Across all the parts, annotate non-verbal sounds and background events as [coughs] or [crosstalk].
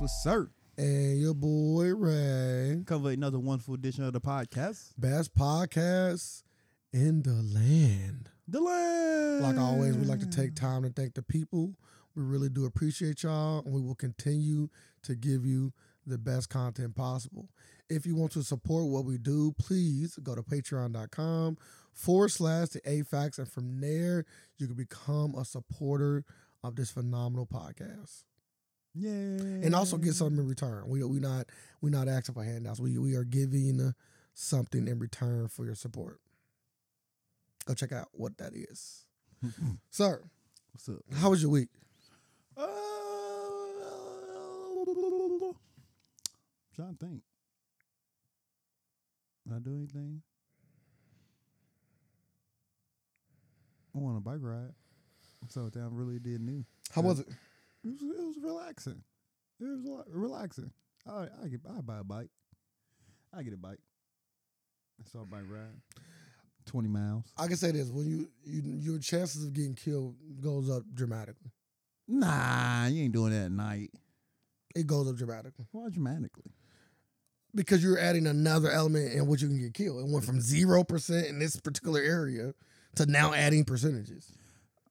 with Sir. And your boy Ray. Cover another wonderful edition of the podcast. Best podcast in the land. The land. Like always, we like to take time to thank the people. We really do appreciate y'all, and we will continue to give you the best content possible. If you want to support what we do, please go to patreon.com forward slash the AFAX, and from there, you can become a supporter of this phenomenal podcast. Yeah. and also Mm-hmm. get something in return. We we not we not asking for handouts. We we are giving uh, something in return for your support. Go check out what that is, Mm-hmm. sir. What's up? How was your week? Uh, trying to think. Did I do anything? I went on a bike ride. So that really did new. How was it? It was, it was relaxing. It was rela- relaxing. I I get I buy a bike. I get a bike. I saw a bike ride. Twenty miles. I can say this: when you, you your chances of getting killed goes up dramatically. Nah, you ain't doing that at night. It goes up dramatically Why dramatically? because you're adding another element in which you can get killed. It went from zero percent in this particular area to now adding percentages. [laughs]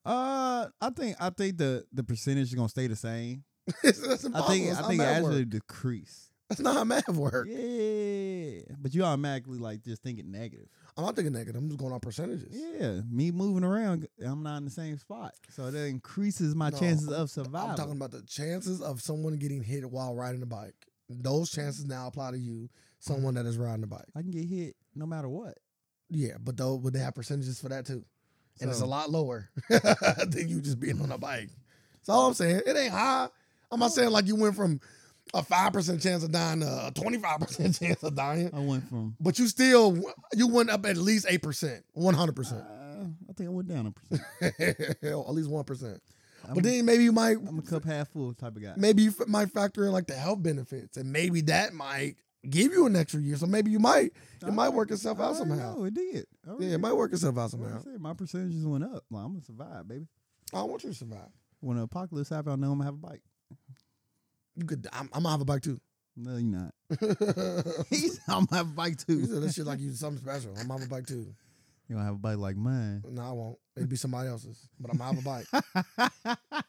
Uh, I think I think the the percentage is gonna stay the same. That's impossible. I think That's I how think it math actually work. decrease. That's not how math works. Yeah, but you automatically like just thinking negative. I'm not thinking negative. I'm just going on percentages. Yeah, me moving around, I'm not in the same spot, so that increases my No, chances of I'm talking survival. about the chances of someone getting hit while riding a bike. Those chances now apply to you, someone Mm-hmm. that is riding a bike. I can get hit no matter what. Yeah, but though, but they have percentages for that too, and it's a So- lot lower [laughs] than you just being on a bike. That's all I'm saying. It ain't high. I'm not saying like you went from a five percent chance of dying to a twenty five percent [laughs] chance of dying, I went from but you still you went up at least eight percent, one hundred uh, percent, [laughs] I think I went down a percent. at least one percent. I'm, But then maybe you might I'm a cup half full type of guy. maybe you f- might factor in like the health benefits, and maybe that might give you an extra year. So maybe you might it might work itself out somehow. No, it did. I already- Yeah, it might work itself out I already somehow. said my percentages went up. Like, I'm gonna survive, baby. I don't want you to survive. When the apocalypse happens, I know I'm gonna have a bike. You could. I'm, I'm gonna have a bike too. [laughs] No, you're not. you [laughs] He's, I'm gonna have a bike too. said this shit like you something special. I'm gonna have a bike too. You don't have a bike like mine. [laughs] [laughs] No, I won't. It'd be somebody else's, but I'm gonna have a bike.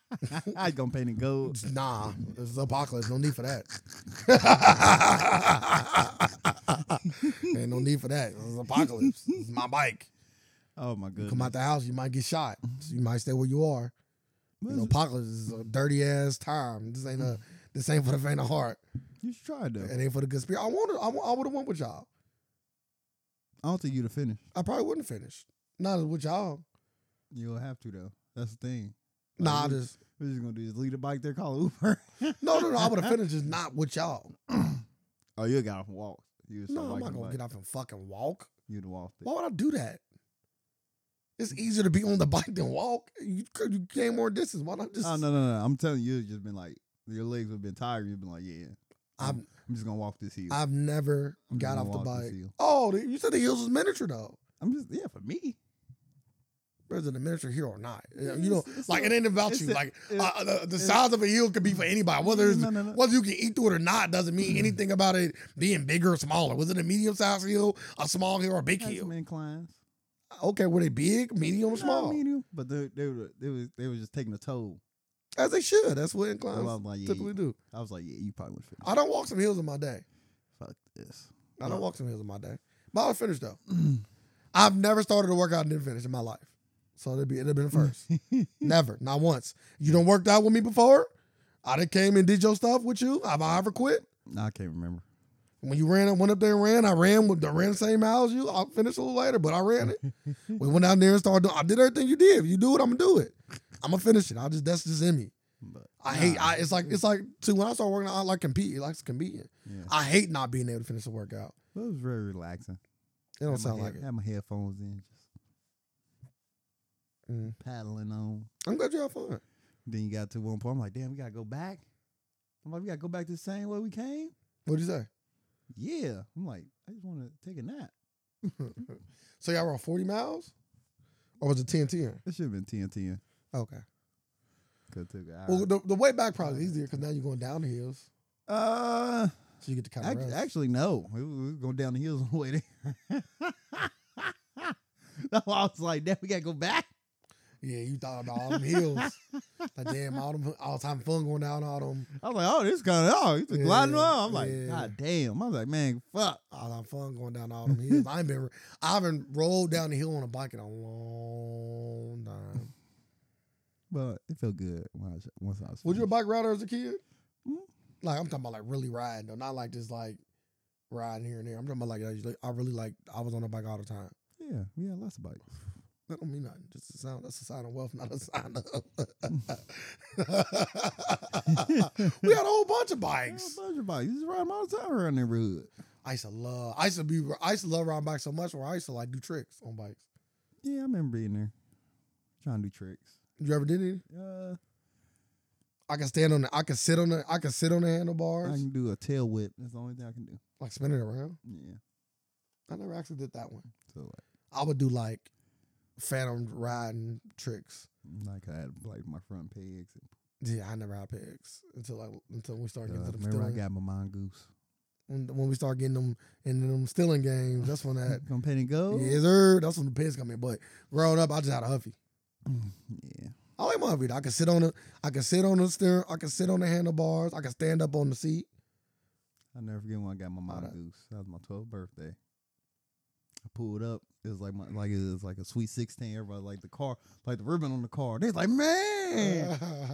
I gonna paint it gold. Nah, it's the apocalypse. No need for that. [laughs] Ain't no need for that. It's apocalypse. It's my bike. Oh my goodness. Come out the house, you might get shot. So you might stay where you are. What You is know, it? apocalypse is a dirty ass time. This ain't a this ain't for the faint of heart. you should try it though. It ain't for the good spirit. I wanted I, wa- I would have went with y'all. I don't think you'd have finished. I probably wouldn't finish. Not with y'all. You'll have to though. That's the thing. Like, Nah, I we- just We're just gonna do is leave the bike there, call Uber. [laughs] no no no. I would [laughs] have finished just not with y'all. oh, you got off and walk. You was No, I'm like not gonna get off and fucking walk. You'd walk it. Why would I do that? It's easier to be on the [laughs] bike than walk. You could- you gain more distance. Why not just? Oh no, no, no. I'm telling you, you've just been like your legs have been tired. You've been like, yeah, I've I'm just gonna walk this hill. I've never I'm just got gonna off the walk this bike. hill. Oh, the- you said the hills was miniature though. I'm just yeah for me. Whether the miniature here or not, you know, It's- you know, it's like not- it ain't about it's you. a- Like it- uh, the, the it's- size of a hill could be for anybody. Whether it's no, no, no. whether you can eat through it or not doesn't mean anything about it being bigger or smaller. Was it a medium sized hill, a small hill, or a big Had some hill? inclines. Okay, were they big, medium, or Nah, small? medium. But they they were they was they was just taking a toll. As they should. That's what So I was inclines like, yeah, typically do. I was like, yeah, you probably would finish. I don't walk some hills in my day. Fuck this. I Yeah. don't walk some hills in my day. But I'll finish though. Mm. I've never started a workout and didn't finish in my life. So it'd be it'd have been [laughs] the first. never. Not once. You done worked out with me before? I done came and did your stuff with you. Have I ever quit? Nah, I can't [laughs] remember. When you ran, I went up there and ran. I ran with the ran the same hours you. I'll finish a little later, but I [laughs] ran it. we went out there and started doing I did everything you did. If you do it, I'm gonna do it. I'm gonna finish it. I just that's just in me. But I hate nah, I it's like it's like see when I start working out, I like compete. Like competing. yeah. I hate not being able to finish a workout. But it was very relaxing. It don't sound like it. Had my headphones in, just Mm. paddling on. I'm glad you had fun. Then you got to one point. I'm like, damn, we gotta go back. I'm like, we gotta go back the same way we came. What'd you say? Yeah. I'm like, I just want to take a nap. So y'all were 40 miles? Or was it 10 10? It should have been 10 10. Okay. Could took an hour. Well, the, the way back probably easier because now you're going down the hills. Uh, So you get to kind of act- actually, no. We we was going down the hills [laughs] on the way there. [laughs] That's why I was like, "Damn, we gotta go back." Yeah, you thought about all them [laughs] hills. like damn, all them all time fun going down all them I was like, "Oh, this kind of oh, he's just gliding Yeah, around." I'm like, yeah. "God damn!" I was like, "Man, fuck." all time fun going down all them hills. I ain't been I haven't rolled down the hill on a bike in a long time. But it felt good when I was, once I was. Was you a finished. bike rider as a kid? Mm. Mm-hmm. Like I'm talking about like really riding though, not like just like riding here and there. I'm talking about like I usually- I really like I was on a bike all the time. Yeah, we had lots of bikes. [laughs] That don't mean nothing. Just a sound. That's a sign of wealth, not a sign of. [laughs] [laughs] we had a whole bunch of We had bikes. A bunch of bikes. You just ride them all the time around the neighborhood. I used to love. I used to be. I used to love riding bikes so much, where I used to like do tricks on bikes. Yeah, I remember being there, trying to do tricks. You ever did any? Uh, I can stand on. The, I can sit on the. I can sit on the handlebars, I can do a tail whip. That's the only thing I can do. like spinning around. Yeah. I never actually did that one. So like. I would do like phantom riding tricks. Like I had like my front pegs. Yeah, I never had pegs until I until we started getting Uh, to them remember I stealing. got my mongoose. when, when we start getting them into them stealing games, that's [laughs] when that Come paint and go. Yes, sir. That's when the pins come in. But growing up, I just had a huffy. yeah. I like my huffy. though. I can sit on the, I can sit on the steering, I can sit on the handlebars, I can stand up on the seat. I'll never forget when I got my All that. mongoose. That was my 12th birthday. I pulled up. It was like my like it was like a sweet 16. Everybody like the car, like the ribbon on the car. They was like, [laughs] man,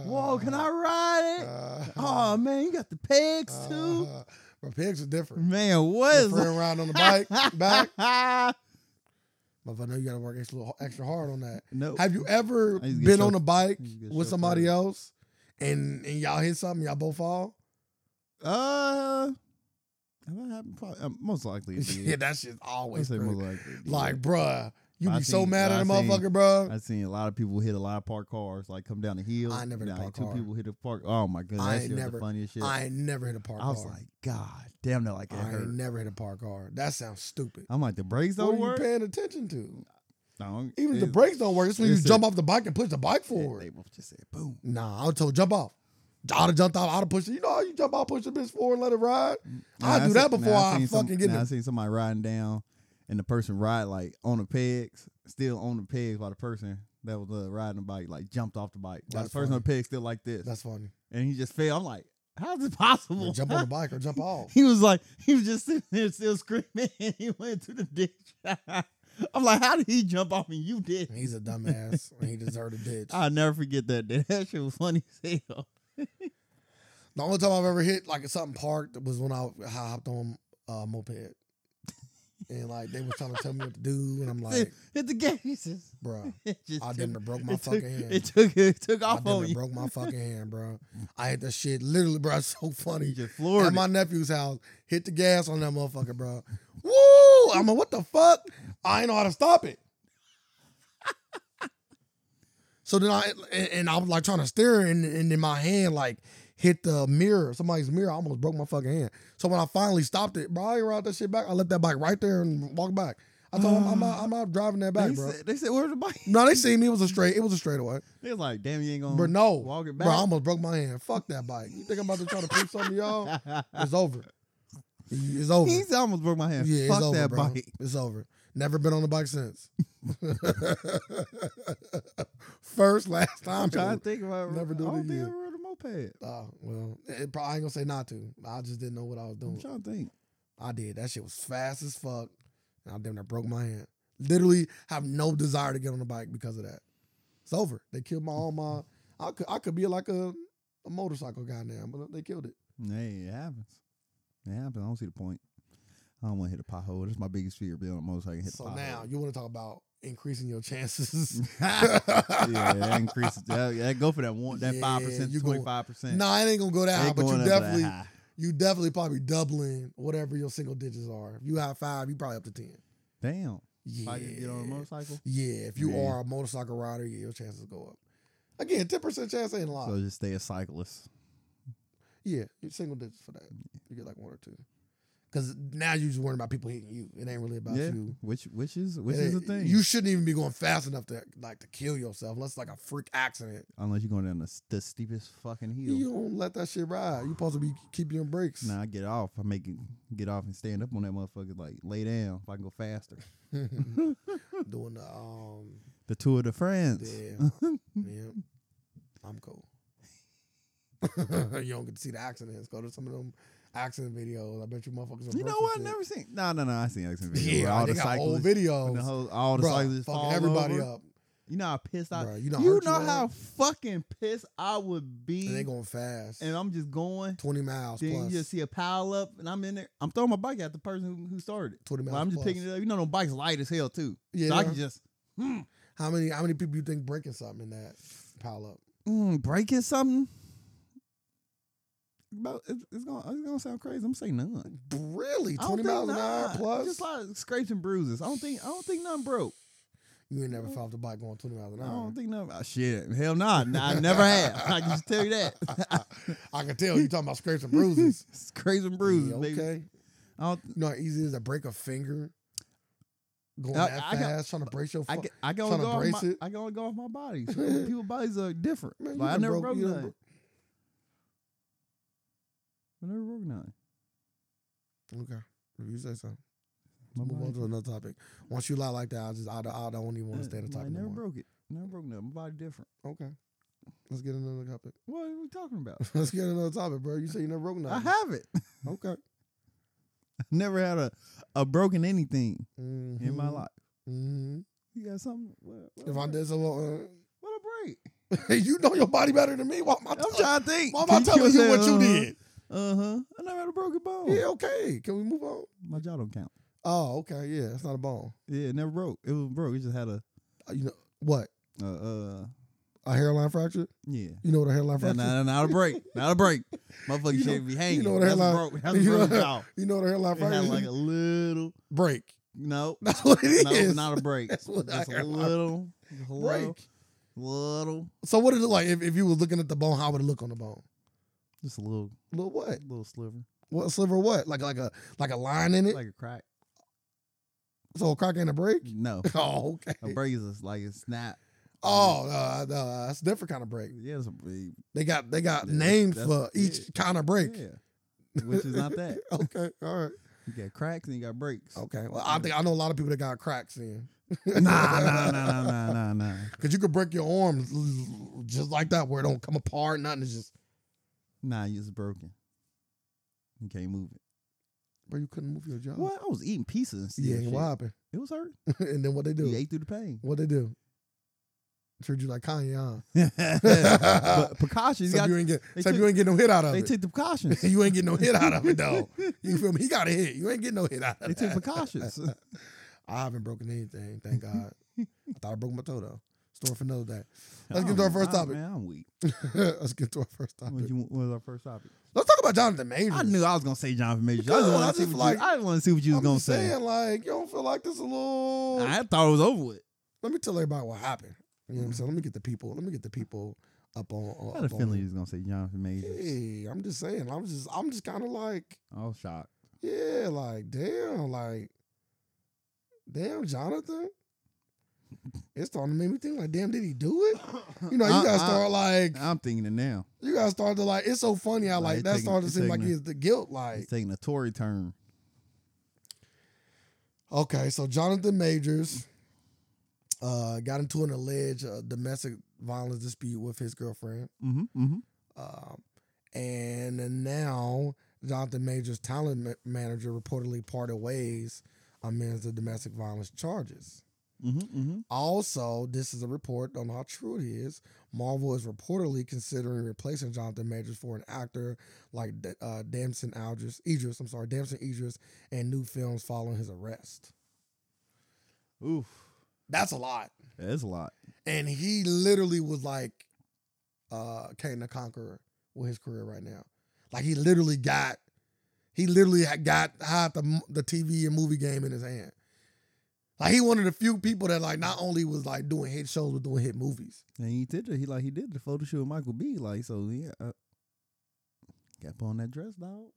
whoa, can I ride it? Uh-huh. oh man, you got the pegs [laughs] too. my pigs are different. man, what You're is Free around on Uh-huh. the [laughs] bike, back. back? But I know you got to work extra extra hard on that. [laughs] no. Have you ever I used to get been so- on a bike I used to get with so somebody tired. else and and y'all hit something, y'all both fall? Uh, that happened probably uh, most [laughs] likely. it Yeah, did. that shit's I always say crazy. most likely. it did. like, bruh, you I be so seen- mad I at a seen- motherfucker, bruh. I've seen a lot of people hit a lot of parked cars, like come down the hill. I never hit a down, like, parked two car. people hit a park. Oh my goodness, I that ain't shit was never- the funniest shit. I ain't never hit a park. I was car. like, God damn, that like it I ain't hurt. never hit a park hard. That sounds stupid. I'm like the brakes what don't are work. you paying attention to? No, Even if the it's- brakes don't work, it's when you it's a- jump off the bike and push the bike it- forward. They both just said boom. nah, I was told jump off. I'd have jumped off. I'd have pushed it. You know how you jump off, push the bitch forward, let it ride. I Nah, do that seen- before nah, I seen fucking some, get in nah, I the- seen somebody riding down, and the person ride like on the pegs, still on the pegs, while the person that was uh, riding the bike like jumped off the bike. While the That's person on funny. the peg still like this, That's funny. and he just fell. I'm like, how's this Or possible? jump [laughs] on the bike or jump off. He was like, he was just sitting there still screaming, [laughs] and he went to the ditch. [laughs] I'm like, how did he jump off and you did? He's a dumbass and he deserved a ditch. I'll never forget that day. [laughs] That shit was funny as hell. [laughs] the only time I've ever hit like something parked was when I, I hopped on uh, moped. And like they was trying to tell me what to do, and I'm like, Hit the gas. [laughs] He says, bruh, it just I took- didn't broke my it fucking took, hand. It took it took I off damn on near you. broke my fucking [laughs] hand, bro. I hit that shit literally, bro. It's so You funny. just At floored. my nephew's house, hit the gas on that motherfucker, bro. Woo! I'm like, what the fuck? I ain't know how to stop it. so then I and, and I was like trying to steer, and, and then my hand like hit the mirror, somebody's mirror. I almost broke my fucking hand. So when I finally stopped it, bro, I ain't ride that shit back. I left that bike right there and walked back. I told him I'm out, I'm out driving that it. back, they, bro. said, they said, where's the bike? No, they seen me. It was a straight. It was a straightaway. [laughs] They was like, damn, you ain't gonna But no, walk it bro, I back. almost broke my hand. Fuck that bike. You think I'm about to try to prove something, to y'all? [laughs] It's over. It's over. He said, I almost broke my hand. yeah, Fuck it's over, that bro. bike. [laughs] It's over. Never been on a bike since. First, last time. I'm trying to think about Never do it I don't think I again. rode a moped. [laughs] Oh, well, it, probably, I ain't gonna say not to. I just didn't know what I was I'm doing. trying to think. I I did. That shit was fast as fuck, and I damn near broke my hand. Literally, have no desire to get on the bike because of that. It's over. They killed my all my. I could I could be like a, a motorcycle guy now, but they killed it. Hey, it happens. It happens. I don't see the point. I don't want to hit a pothole. That's my biggest fear, being on a motorcycle and hit so a pothole. now you want to talk about increasing your chances? [laughs] yeah, [laughs] that increases. That, that go for that one, that Yeah, five percent, you go- twenty five percent. nah, it ain't gonna go that high, but you definitely High. you definitely probably doubling whatever your single digits are. If you have five, you probably up to ten. Damn, if Yeah. I could get on a motorcycle. Yeah, if you Yeah. are a motorcycle rider, yeah, your chances go up. Again, ten percent chance ain't a lot. So just stay a cyclist. Yeah, you single digits for that. You get like one or two. Because now you're just worrying about people hitting you. It ain't really about yeah, you. which which is which And is the it- thing. You shouldn't even be going fast enough to like to kill yourself unless it's like a freak accident. Unless you're going down the, s- the steepest fucking hill. You don't let that shit ride. You supposed to be keeping your brakes. Nah, I get off. I make it get off and stand up on that motherfucker. Like lay down. If I can go faster. [laughs] Doing the [laughs] um The Tour de France. yeah. yeah. I'm cool. [laughs] you don't get to see the accidents. Go to some of them accident videos. I bet you motherfuckers. [laughs] You know what? I never seen. No, no, no. I seen accident videos. where Yeah, all they the got old cyclists. videos. and the whole, all the Bruh, cyclists fucking fall everybody over. up. You know how pissed I. Bruh, you you know know, how hurt you are. how fucking pissed I would be. And they And, going fast. I'm just going. 20 miles Then plus. you just see a pile up, and I'm in there. I'm throwing my bike at the person who, who started. 20 miles Well, I'm just plus. picking it up. You know, them bikes light as hell too. Yeah. So I can just hmm, how many how many people you think breaking something in that pile up? mm, breaking something. About it's, it's gonna it's gonna sound crazy. I'm saying none. Really? I don't 20 think miles an hour none. plus? Just like scrapes and bruises. I don't think I don't think nothing broke. you ain't never fell off the bike going 20 miles an I hour. don't think nothing. Oh, shit, hell nah. nah. I never have. [laughs] I can just tell you that. I can tell you talking about scrapes [laughs] and [laughs] bruises. scrapes and bruises, Yeah, baby. okay. I don't You know how easy it is to break a finger going I- that I got- fast, trying to brace your I fu- can, I can Tryna only go off brace my, it. I can only go off my body. [laughs] So people's bodies are different. Man, you like I done never broke- broke, you done none. broke- I never broke none. Okay. If you say so. My Move on body- to another topic. Once you lie like that, I just I, don't- I don't even want to stay at the Yeah, I topic. no never more. broke it. Never broke nothing. My body different. Okay. Let's get another topic. [laughs] What are we talking about? Let's get another topic, bro. You say you never broke nothing. I have it. Okay. never had a, a broken anything in my Mhm. life. hmm You got something? What, what If a I break? did uh, so, What a break. uh, [laughs] you know your body better than me. Why am I, I'm tell- trying to think. why am I telling you what you did? Uh huh. I never had a broken bone. Yeah, okay. Can we move on? My jaw don't count. Oh, okay. Yeah, that's not a bone. Yeah, it never broke. It was broke. It just had a Uh, You know what? uh, uh A hairline fracture? yeah. You know what a hairline Nah, fracture? nah, nah, not a [laughs] break. Not a break. Motherfucking You know- shit be hanging. know what the That's hell I- broke. That's [laughs] you know- broke jaw. You know what a hairline It had [laughs] fracture? like a little. break. [laughs] No. That's what it no, is. not a break. That's what I just a heard. little. Just a break. little. Little. So what did it like if, if you was looking at the bone? How would it look on the bone? Just a little. Little what? Little sliver. What sliver? of What? Like like a like a line in it? Like a crack. so a crack ain't a break? No. [laughs] Oh, okay. A break is a, like a snap. Oh, no, no, that's a different kind of break. Yeah, it's a break. They got they got Yeah, names that's- for each kind of break. Yeah. Which is not that. [laughs] Okay, all right. You got cracks and you got breaks. Okay. Well, I think I know a lot of people that got cracks in. nah, nah, nah, nah, nah, nah, nah. Cause you could break your arm l- just like that, where it don't come apart. Nothing It's just, Nah, it's broken. You can't move it. bro. You couldn't move your jaw. Well, I was eating pieces and stuff. Oh. Yeah, shit. what happened? It was hurt. [laughs] and then what they do? You ate through the pain. [laughs] [laughs] What they do? Treat you like Kanye, huh? but precautions. Except you got- you ain't get, they except took- you ain't getting no hit out of they it. took the precautions. [laughs] you ain't getting no hit out of [laughs] it though. You feel me? He got a hit. You ain't getting no hit out of They it. took precautions. I haven't broken anything, thank God. [laughs] I thought I broke my toe though. Story for another day. [laughs] Let's I get to don't our know. first I- topic. Oh, Man, I'm weak. [laughs] Let's get to our first What, topic. you, what was our first topic? Let's talk about Jonathan Majors. I knew I was gonna say Jonathan Majors. I Because just I want to see just what like- you. I just want to see what you was I'm gonna just say. saying, like, you don't feel like this a little. I thought it was over with. Let me tell everybody what happened. You know what I'm saying? Let me get the people. Let me get the people up on. I Uh, had a up feeling he on was gonna say Jonathan Majors. hey, I'm just saying. I'm just. I'm just kind of like, I was shocked. yeah, like, damn, like, damn, Jonathan. It's starting to make me think, like, damn, did he do it? You know, you I- guys I- start like, I'm thinking it now. you guys start to like. It's so funny. I uh, Nah, like it's that taking- started to it's seem like taking a- it's the guilt. Like, He's taking a Tory turn. Okay, so Jonathan Majors uh, got into an alleged uh, domestic violence dispute with his girlfriend, Mm-hmm. Mm-hmm. uh, and now Jonathan Majors' talent ma- manager reportedly parted ways amidst the domestic violence charges. Mm-hmm. Mm-hmm. Also, this is a report on how true it is. Marvel is reportedly considering replacing Jonathan Majors for an actor like D- uh, Damson Algers, Idris. I'm sorry, Damson Idris, and new films following his arrest. Oof. That's a lot. That's a lot. and he literally was like uh Kane the Conqueror with his career right now. Like he literally got he literally had got had the the TV and movie game in his hand. Like he one of the few people that like not only was like doing hit shows but doing hit movies. [laughs] And he did it. He like he did the photo shoot with Michael B. Like so, yeah. Uh, got on that dress, dog.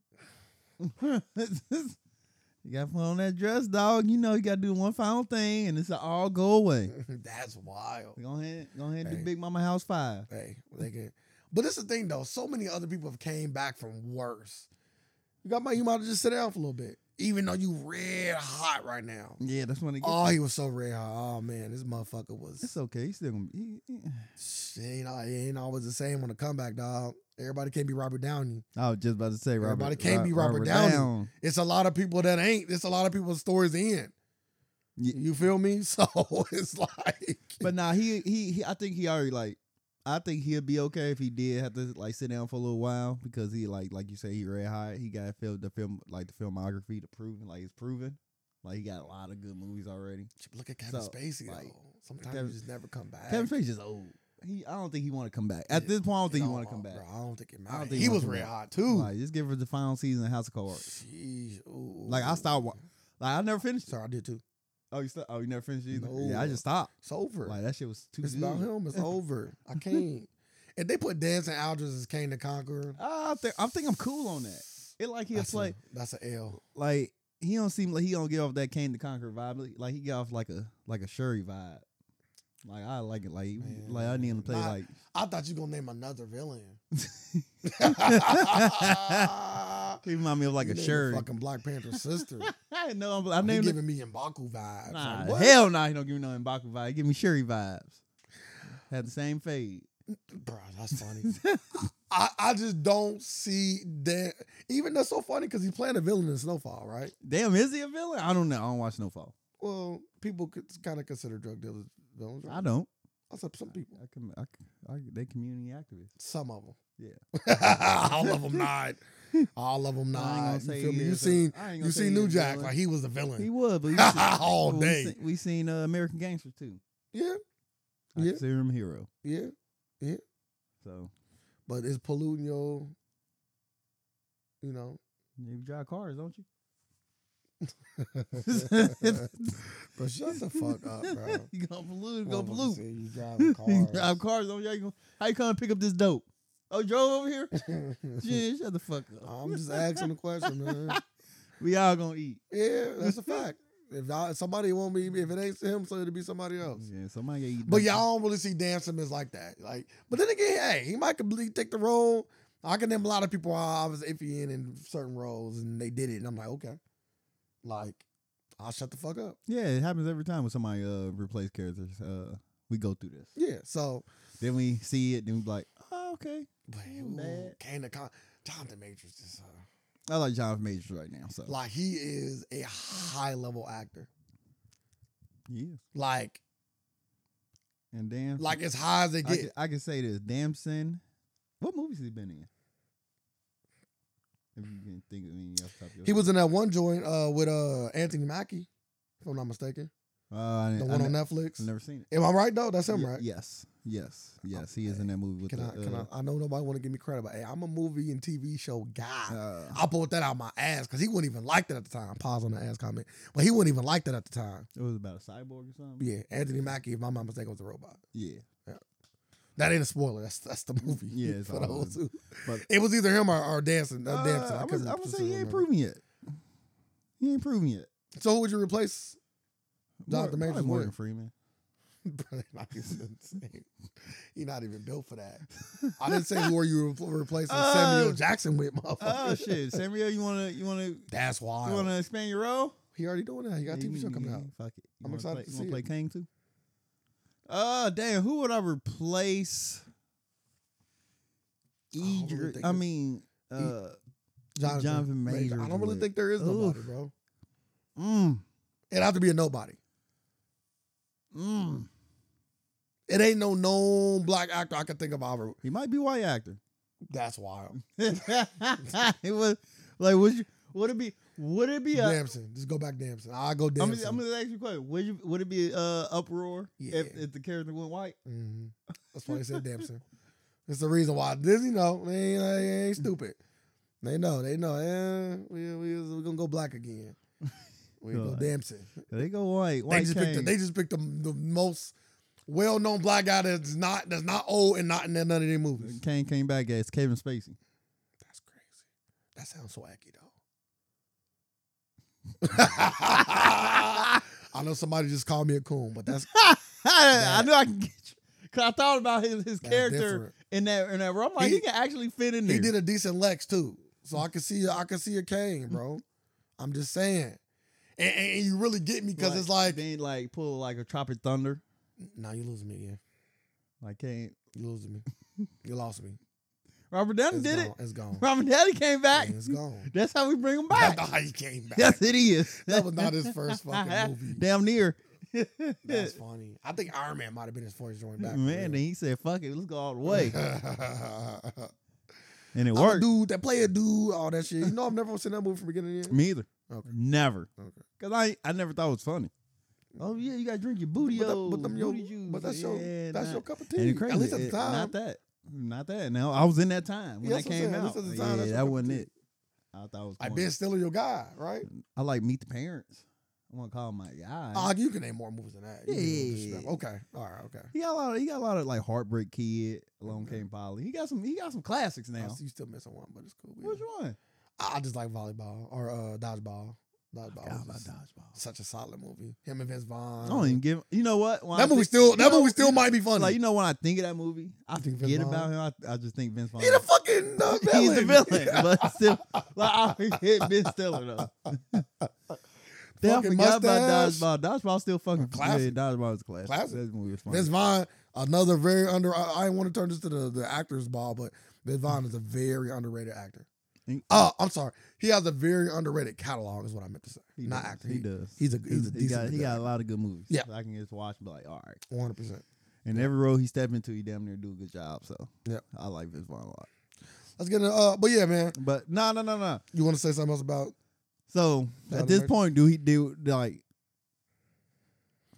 You [laughs] got to put on that dress, dog. You know you got to do one final thing, and it's an all go away. That's wild. Go ahead, go ahead, and Hey. do Big Mama House Five. Hey, they can. But it's the thing though. So many other people have came back from worse. You got my. You might have just sit down for a little bit, even though you red hot right [laughs] now. Yeah, that's when it gets. Oh, he was so red hot. Oh man, this motherfucker it's was. okay. He's still gonna be. he- he- Shit, ain't, al- he ain't always the same on the comeback, dog. Everybody can't be Robert Downey. I was just about to say, Robert. Everybody can't be Robert Downey. It's a lot of people that ain't. It's a lot of people's stories in. Ye- You feel me? [laughs] So it's like, But nah, he, he he. I think he already like. I think he'll be okay if he did have to like sit down for a little while because he like like you say he red hot. He got film the film like the filmography to prove like it's proven. Like he got a lot of good movies already. look at Kevin So, Spacey like, though. Sometimes Kevin- you just never come back. Kevin Spacey is old. He I don't think he want to come back. At Yeah, this point, I don't think It he want to come bro, back. I don't think it don't matters. think He it was come red back. hot too. Like just give her the final season of House of Cards. Jeez, ooh. Like, I stopped wa- Like I never finished. it. Sorry, I did too. Oh, you st- oh you never finished it either. No. Yeah, I just stopped. It's over. Like that shit was too it's good. about him. [laughs] It's over. I can't. If they put Dancing Aldridge as Kane the Conqueror, Ah, I think I think I'm cool on that. It like he's that's like a, that's an L. like he don't seem like he don't get off that Kane the Conqueror vibe. Like- Like he get off like a like a Shuri vibe. Like I like it. Like Man, like I need him to play not- like I thought you gonna name another villain. [laughs] he remind me of [laughs] like You a named the Shuri. fucking Black Panther sister. [laughs] I know I'm, I I'm named him. giving me Mbaku vibes. Nah, Like, what? hell nah. He don't give me no Mbaku vibe. He give me Shuri vibes. Had the same fade. bro, that's funny. [laughs] I, I just don't see that. Even that's so funny because he's playing a villain in Snowfall, right? Damn, is he a villain? I don't know. I don't watch Snowfall. Well, people could kind of consider drug dealers villains. I Right? don't. I said some people, I can. I, can- I, they community activists. some of them. Yeah. [laughs] all [laughs] of them not. All of them I not. ain't You gonna say feel he me? You is a- seen I ain't gonna you say seen he New is a Jack villain. like he was the villain. He would, but we seen, [laughs] All but day. We seen, we seen uh, American Gangster too. yeah, I Yeah. consider him a hero. yeah. So But it's polluting your, [laughs] you know. you drive cars, don't you? [laughs] But shut the fuck up, bro. [laughs] you gonna pollute? Go Motherfucker pollute? said [laughs] You driving You cars. drive cars, don't you? How you gonna, how you come pick up this dope? Oh, you drove over [laughs] here? Jen, shut the fuck up. I'm just asking a question, man. We all gonna eat. Yeah, that's a fact. If I, somebody won't be, if it ain't him, so it'll be somebody else. Yeah, somebody gotta eat. But dope. yeah, I don't really see Dan Simmons like that. Like, but then again, hey, he might completely take the role. I can name a lot of people I was iffy in in certain roles, and they did it, and I'm like, okay, like I'll shut the fuck up. yeah, it happens every time when somebody uh replace characters. Uh, we go through this. Yeah. So, Then we see it. Then we be like, oh okay. but Ain't ooh, bad. Kane the Con, Jonathan Majors is uh, I like John Majors right now. So like he is a high level actor. yeah, Like, and damn, like as high as they I can, get. I can say this. Damson, what movies he been in? If you can think of any off the top of your He was in that one joint uh, with uh, Anthony Mackie, if I'm not mistaken, uh, I, the didn't- one I on ne- Netflix. I've never seen it. Am I right though? That's him, Ye- right? Yes, yes, yes. He is in that movie with Can the. I, can uh, I, I know nobody want to give me credit, but hey, I'm a movie and TV show guy. uh, I pulled that out my ass because he wouldn't even like that at the time. Pause on the ass comment, but he wouldn't even like that at the time. it was about a cyborg or something. Yeah, Anthony Mackie, if I'm not mistaken, was a robot. Yeah, That ain't a spoiler. That's that's the movie. Yeah, [laughs] it's for all those who- but it was either him or, or dancing. Uh, uh, dancing. I I'm couldn't gonna I'm gonna say specifically he ain't remember. proven yet. He ain't proven yet. So who would you replace? Mor- Jonathan probably Majors Morgan would. Freeman. [laughs] Bro, not even insane. He's not even built for that. I didn't say who are you re- replacing Uh, Samuel Jackson with, motherfucker. Oh shit, Samuel, you wanna you wanna you That's wild. wanna expand your role? he already doing that. He got a Yeah, TV you- show coming you- out. Fuck it. You I'm wanna excited play, to you see wanna play it. Kang too? Uh damn, who would I replace? don't really Idris. think E I it's- mean, uh, Jonathan, Jonathan Majors I don't really would. think there is nobody, Oof. bro. mm, It'd have to be a nobody. mm. It ain't no known black actor I can think of. Oliver. He might be white actor. [laughs] That's wild. it was like, would you? Would it be? Would it be a? Damson. Just go back Damson. I go I'm, Damson. gonna- I'm gonna ask you a question. Would you? Would it be a uh, uproar if, Yeah. if the character went white? Mhm. That's why they said Damson. It's the reason why Disney know they ain't, they Mm-hmm. ain't stupid. They know. They know. Eh, we we we gonna go [laughs] black again. We go God. Damson. They go white. They White just picked. The, Kang. they just picked the, the most well known black guy that's not that's not old and not in none of their movies. Kang came back as Kevin Spacey. That's crazy. That sounds swaggy though. [laughs] [laughs] I know somebody just called me a coon, but that's, I knew I can get you. Cause I thought about his his that's character different. in that in that role. I'm like, he, He- can actually fit in there. He did a decent Lex too, so I can see I can see a Kane, bro. I'm just saying, and, and- and you really get me because it's like then like pull like a Tropic Thunder. now nah, you losing me again. Like can't You [laughs] losing me. You lost me. Robert Downey It's did gone. it. It's gone. Robert Downey came back. It's gone. That's how we bring him That's back. not how he came back. [laughs] Yes, it is. That was not his [laughs] first fucking movie. Damn near. [laughs] That's funny. I think Iron Man might have been his first joint back. for Man, then real. he said, "Fuck it, let's go all the [laughs] way," I'm and it a worked. dude that play a dude, all that shit. You know, I've never seen that movie from beginning to end. Me either. Okay. Never. Okay. Cause I I never thought it was funny. Oh yeah, you gotta drink your booty But, that, yo, but, them your, booty juice. but that's your Yeah, that's nah. your cup of And tea. it's crazy. At least at the it- time. Not that. Not that. Now I was in that time when Yeah, that that's what I'm came saying. out. This is the time, yeah, that's that what wasn't I'm it. I thought it was. I corny. been still your guy, right? I like meet the parents. I'm gonna call my guy. Ah, you can name more movies than that. You can Yeah. disrespect- Okay. All right. Okay. he got a lot. Of, he got a lot of like heartbreak kid. Along Okay. came Polly. He got some. He got some classics I now. see you still missing one, but it's cool. yeah. Which one? I I just like volleyball or uh, dodgeball. Dodgeball. Forgot was about just dodgeball. Such a solid movie. Him and Vince Vaughn. I don't even give. You know what? When I that movie think- still. you That know, movie still you know, might be funny. Like you know when I think of that movie, I You think Vince forget Vaughn? about him. I, I just think Vince Vaughn. He the fucking uh, villain. [laughs] He's the villain, but still, like I hit Ben Stiller [laughs] though. Damn, I Fucking forgot mustache. about dodgeball. Dodgeball still fucking Classic. Yeah, dodgeball was classic. Classic. That movie was fun. [laughs] Vince Vaughn, another very under. I, I want to turn this to the, the actors ball, but Vince Vaughn is a very underrated actor. He- Oh, I'm sorry. He has a very underrated catalog, is what I meant to say. He Not does. actor. He does. He's a he's a he got decent. he got a lot of good movies. Yeah. So I can just watch and be like, all right. one hundred percent. And every role he step into, he damn near do a good job. So Yeah. I like Vince Vaughn a lot. Let's get into uh. But yeah, man, But no, no, no, no. you want to say something else about? So Shout at out this Merch. point, do he do like?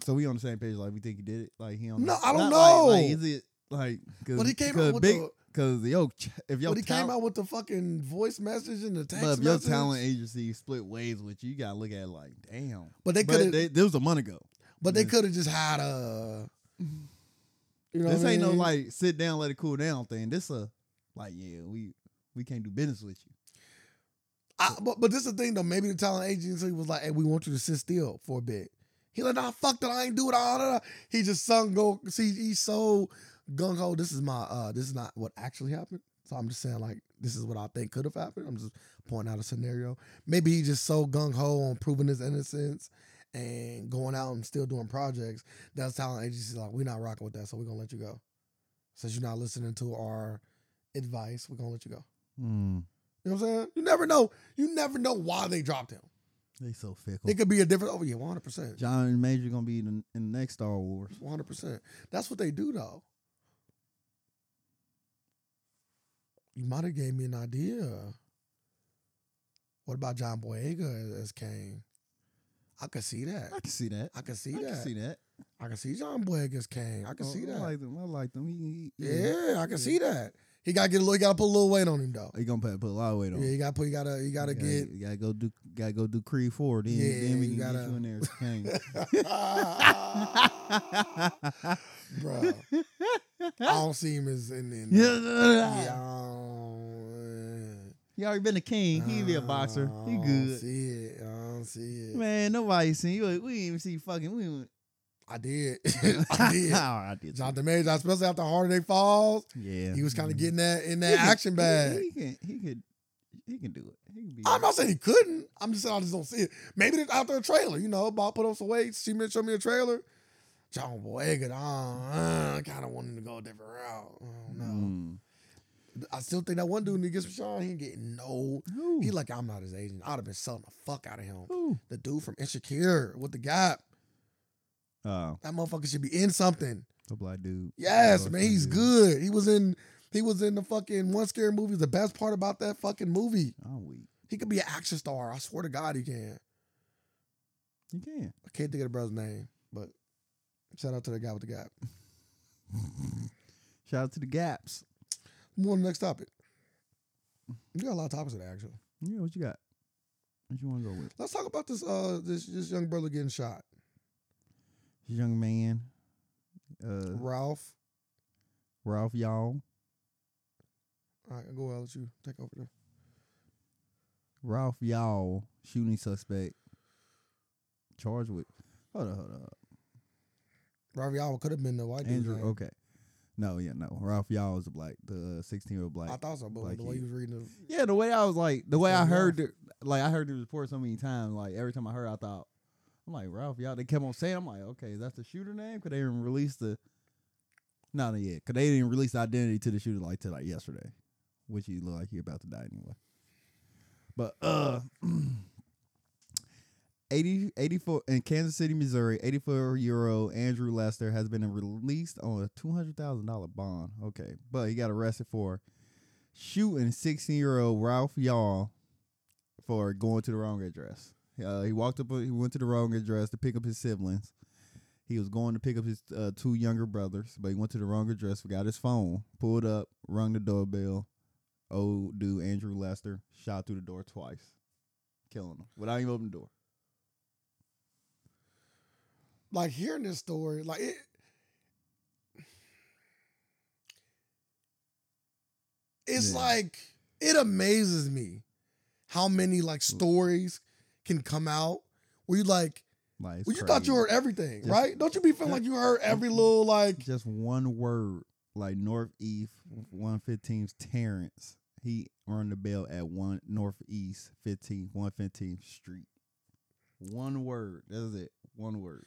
So we on the same page? Like we think he did it? Like he on? No, I Not like- don't know. Like, is it like? Cause, But he came out cause with big, the- because yo, ch- if your but he talent, came out with the fucking voice message and the text but if your message. talent agency split ways with you, you gotta look at it like, damn. but they But could have. they, this was a month ago. But they could have just had a. You know This what I ain't no mean? like sit down, let it cool down thing. This a like yeah, we we can't do business with you. I, but but this is the thing though. Maybe the talent agency was like, "Hey, we want you to sit still for a bit." He like, "Nah, fuck that. I ain't do it all." Nah, nah. He just sung go. See, he's so gung ho. This is my. uh This is not what actually happened. So I'm just saying, like, this is what I think could have happened. I'm just pointing out a scenario. Maybe he just so gung ho on proving his innocence and going out and still doing projects. That's talent agency like, we're not rocking with that, so we're gonna let you go. Since you're not listening to our advice, we're gonna let you go. You know what I'm saying? You never know. You never know why they dropped him. They so fickle. It could be a different. Oh yeah, one hundred percent, John Major gonna be in the, in the next Star Wars. one hundred percent. That's what they do though. You might have gave me an idea. What about John Boyega as, as Kane? I could see that. I can see that. I could see I that. can see that. I could see John Boyega as Kane. I could see I that. like them. I like them. He, he- he- yeah, I could see that. He got to get a little. He got to put a little weight on him though. He gonna put, put a lot of weight on. Yeah, him. you got to put. You got to. You got to gotta, get. Oh, you gotta go do. Gotta go do Creed four. Then, Yeah, then we you can gotta- get you in there. as [laughs] [laughs] Bro, I don't see him as in. in uh, Yeah. King. um, He already been a king. He be a boxer. He Oh, good. see it. I don't see it. Man, nobody seen you. We didn't even see fucking. We [laughs] didn't- I did. [laughs] [laughs] I did. I did. Jonathan Majors, especially after Hard Day Falls, Yeah, he was kind of getting that in He that can- action he- bag. He can. He could. He can do it. He can be. I'm not saying he couldn't. I'm just saying I just don't see it. Maybe it's after a trailer, you know, Bob put up some weights. She meant show me a trailer. John Boyega, uh, I kind of wanted to go a different route. I don't know. Mm. I still think that one dude he gets with Sean, he ain't getting no. Who? He like, I'm not his agent. I'd have been selling the fuck out of him. Who? The dude from Insecure with the gap. Oh, That motherfucker should be in something. the black dude. Yes, Oh, man, some he's dude. good. He was in he was in the fucking one scary movie. The best part about that fucking movie. I'm weak. He could be an action star. I swear to God he can. You can. I can't think of the brother's name, but shout out to the guy with the gap. Shout out to the Gaps. Move on to the next topic. We got a lot of topics today, actually. Yeah, what you got? What you want to go with? Let's talk about this uh this this young brother getting shot. Young man, uh, Ralph. Ralph Y'all. All right, go ahead, I'll let you take over there. Ralph Y'all shooting suspect charged with. Hold up, hold up. Raviawa could have been the white dude. Andrew, okay. No, yeah, no. Ralph Y'all was a black, the 16 year old black. I thought so, but Like the way he- you was reading the yeah, the way I was like, the way I Ralph. heard, the, like, I heard the report so many times. Like, every time I heard, I thought, I'm like, Ralph Y'all. They kept on saying, I'm like, okay, is that the shooter name? Because they didn't release the, no, not yet. Because they didn't release the identity to the shooter, like, till like yesterday, which he looked like he about to die anyway. But, uh, [clears throat] 80, 84 in Kansas City, Missouri, 84 year old Andrew Lester has been released on a $200,000 bond. Okay. But he got arrested for shooting 16 year old Ralph Yaw for going to the wrong address. Uh, he walked up, he went to the wrong address to pick up his siblings. He was going to pick up his uh, two younger brothers, but he went to the wrong address, forgot his phone, pulled up, rung the doorbell. Old dude Andrew Lester shot through the door twice, killing him without even opening the door. like hearing this story, like it It's Yeah. like it amazes me how many like Mm. stories can come out where you like Like, it's well you thought crazy. you Mm-hmm. heard everything, Just- right? Don't you be feeling like you heard every little like just one word, like Northeast 115's Terrence. He rung the bell at one Northeast 15, 115th Street. One word. That's it. One word.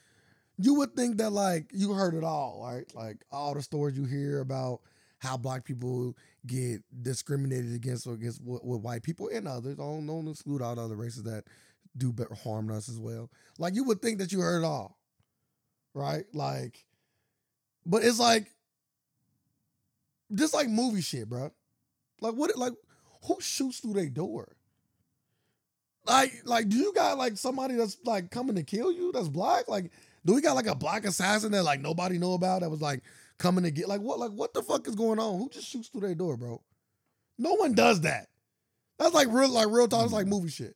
you would think that like you heard it all, right? Like all the stories you hear about how black people get discriminated against or against with, with white people and others. I don't, don't exclude all the other races that do better harm to us as well. Like you would think that you heard it all, right? Like, but it's like just like movie shit, bro. Like what? Like who shoots through their door? Like, like, do you got like somebody that's like coming to kill you? That's black. Like, do we got like a black assassin that like nobody know about that was like coming to get like what like what the fuck is going on? Who just shoots through their door, bro? No one does that. That's like real like real talk. It's like movie shit.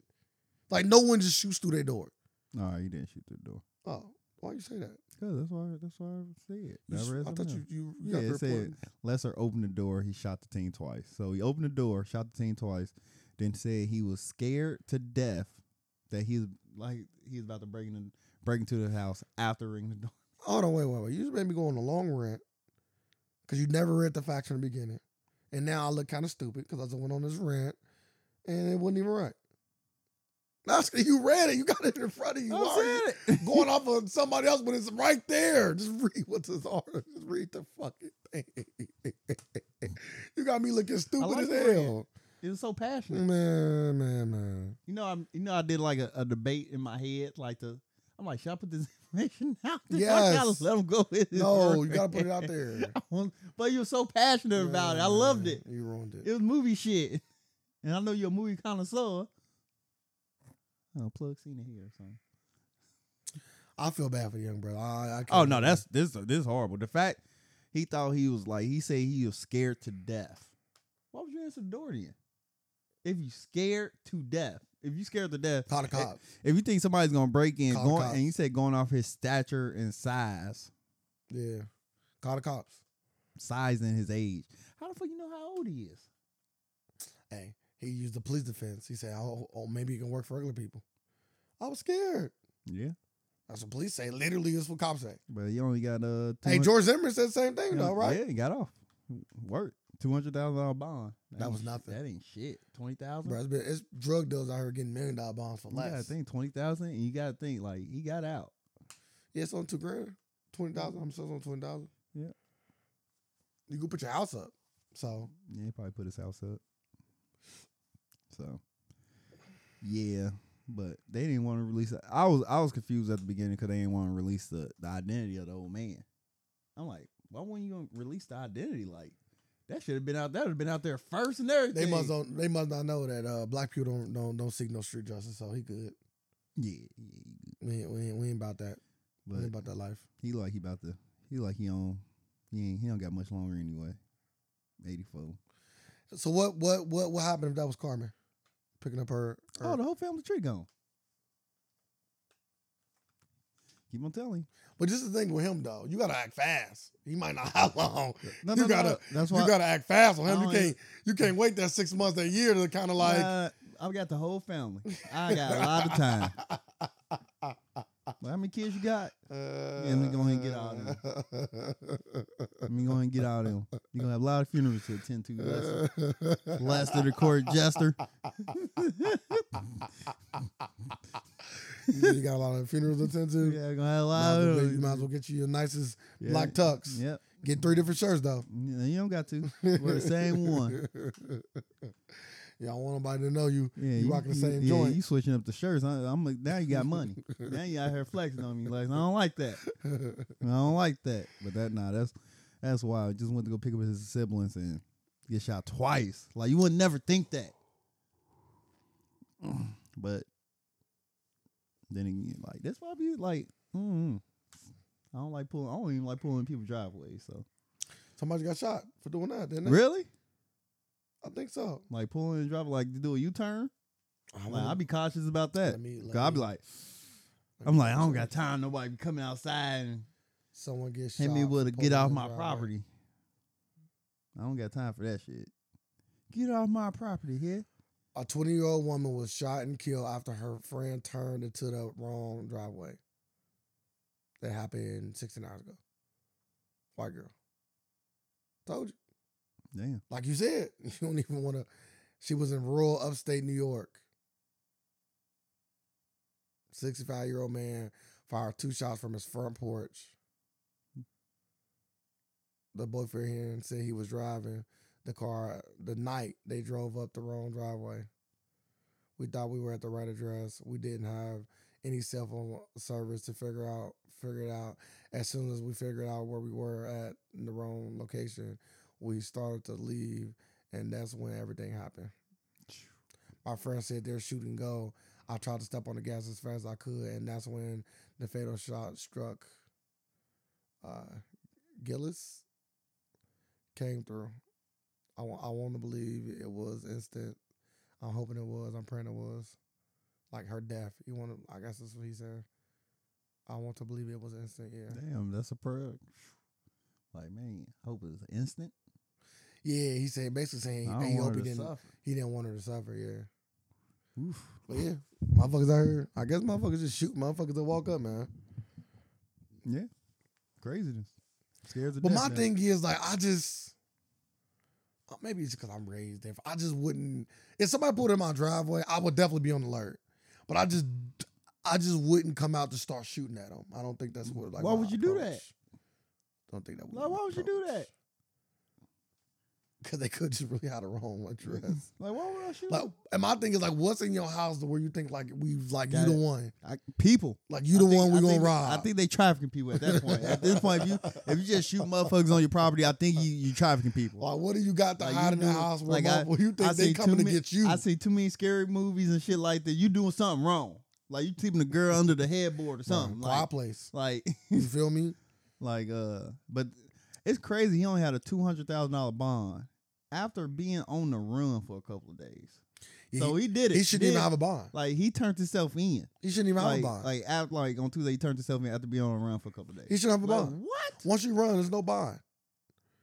Like no one just shoots through their door. No, you didn't shoot through the door. Oh, why you say that? Cause that's why. That's why I said. You That s- read I something thought you else. you, Yeah, you got it the said- report. Lesser opened the door. He shot the team twice. So he opened the door, shot the team twice, then said he was scared to death that he's like he's about to break in, break into the house after ringing the door. Hold on, wait, wait, wait. You just made me go on a long rant because you never read the facts from the beginning, and now I look kind of stupid because I just went on this rant and it wasn't even right. [laughs] That's you read it. You got it in front of you. [laughs] Why are you- I said it. going off of somebody else, but it's right there. Just read [laughs] what's his article. Just read the fucking thing. [laughs] you got me looking stupid like as the hell. It was so passionate. Man, man, man. You know, I am you know I did like a, a debate in my head, like the I'm like, should I put this [laughs] information out? there? I gotta Yes. let him go with it. No, you gotta put it out there. [laughs] but you're so passionate about it. I loved Man, it. You ruined It it. was movie shit, [laughs] and I know you're a movie connoisseur. Oh, plug scene in here or something. I feel bad for the young brother. I, I Oh can't- no, that's this this is horrible. The fact he thought he was like he said he was scared to death. Why would you answer the door then? If you scared to death, if you scared to death, caught a cop. If you think somebody's gonna break in, Call the going, cops. and you said going off his stature and size, Yeah, caught a cops. size and his age, how the fuck you know how old he is? Hey, he used the police defense. He said, "Oh, oh maybe it can work for regular people." I was scared. Yeah, That's what police say. Literally, is what cops say. but he only got uh. Hey, 200 George Zimmerman said the same you thing, know, though, right? Yeah, he got off. Work two hundred thousand dollar bond. That ain't was sh- nothing. That ain't shit. Twenty Bro, thousand. it's, been, it's drug deals out here getting million dollar bonds for You gotta less. think twenty thousand, and you gotta think like he got out. Yeah, it's on two grand, twenty thousand. I'm still on twenty thousand. Yeah. you go put your house up. So Yeah, he probably put his house up. So, yeah, but they didn't want to release. I was I was confused at the beginning because they didn't want to release the, the identity of the old man. I'm like, why wouldn't you gonna release the identity? Like that should have been out. That would have been out there first and everything. they must don't, they must not know that uh, black people don't don't don't seek no street justice. So he good. Yeah, yeah, yeah. We ain't, we ain't, we ain't about that. we ain't but about that life. he like he about to. He like he on. He ain't, he don't got much longer anyway. Eighty four. So what what what what happened if that was Carmen picking up her? her- Oh, the whole family tree gone. Keep on telling. but just the thing with him though, you gotta act fast. He might not [laughs] how long. [laughs] No, You gotta- That's You gotta act fast on I him. You don't can't you can't wait that six months that year to kind of like. Nah, I've got the whole family. I got a lot of time. Like, how many kids you got? Uh, let me go ahead and get out of Let me go ahead and get out of him. You're gonna have a lot of funerals to attend to. Last, uh. last of the court jester. [laughs] you said you got a lot of funerals to attend [laughs] to. Yeah, gonna have a Might lot as of well get- them. you might as well get you your nicest Yeah. black tux. Yep. Get three different shirts though. Yeah, You don't got [laughs] to. We're the same one. Yeah, I don't want nobody to know you. Yeah, you, rocking the same yeah, joint. You switching up the shirts. I, I'm like, now you got money. now you out here flexing on me. Like I don't like that. I don't like that. But that nah, that's that's why I just went to go pick up his siblings and get shot twice. Like you would never think that. [clears throat] But then again, like that's why I be like, mm, I don't like pulling. I don't even like pulling people driveways. So [laughs] Somebody got shot for doing that, didn't they? really, I think so. like pulling and driving, like to do a U turn. I Like, I'd be cautious about that. me, i I'd be like, let I'm me like, I don't check. got time. Nobody be coming outside and Someone gets hit me shot with for a get off pulling my the driveway. property. I don't got time for that shit. Get off my property here. A 20 year old woman was shot and killed after her friend turned into the wrong driveway. That happened 16 hours ago. White girl. Told you. Damn. Like you said, [laughs] you don't even want to. She was in rural upstate New York. 65 year old man fired two shots from his front porch. The boyfriend here and said he was driving the car the night they drove up the wrong driveway. We thought we were at the right address. We didn't have any cell phone service to figure out figure it out. As soon as we figured out where we were at in the wrong location, we started to leave, and that's when everything happened. My friend said they're shooting go. I tried to step on the gas as fast as I could, and that's when the fatal shot struck. Uh, Gillis came through. I wa- I want to believe it was instant. I'm hoping it was. I'm praying it was. Like her death. You want to? I guess that's what he said. I want to believe it was instant. Yeah. Damn, that's a perk. Like, man, hope it's instant. Yeah. He said basically saying I he, don't he want her hoped he to didn't. suffer. He didn't want her to suffer. Yeah. Oof. But yeah, motherfuckers out here. I guess motherfuckers just shoot motherfuckers that walk up, man. Yeah. Craziness. Scares the But my thing is like, I just uh, maybe it's because I'm raised there. I just wouldn't. If somebody pulled in my driveway, I would definitely be on alert. But I just, I just wouldn't come out to start shooting at them. I don't think that's what. Like, Why my would you do that? approach- Don't think that. Like, why would you do that? Because they could just really have the wrong address. [laughs] Like, why would I shoot? like, and my thing is like, what's in your house to where you think like we like you Got the it. one, I, people. like you the I think- one we I gonna think they- rob? I think they trafficking people at that point. at this point, if you if you just shoot motherfuckers on your property, I think you you trafficking people. Like, what do you got to Like, hide you in the do- house? Where like, I- motherfucker- you think they see coming too to many- get you? I see too many scary movies and shit like that. You doing something wrong. Like you keeping a girl under the headboard or something. Like, my Like, [laughs] place. like, You feel me? like, uh, but it's crazy. He only had a two hundred thousand dollar bond after being on the run for a couple of days. Yeah, so he, he, did it. he shouldn't even Then, have a bond. like he turned himself in. He shouldn't even have Like, a bond. like after, like on Tuesday, he turned himself in after being on the run for a couple of days. he shouldn't have a Like, mm-hmm. bond. what? Once you run, there's no bond.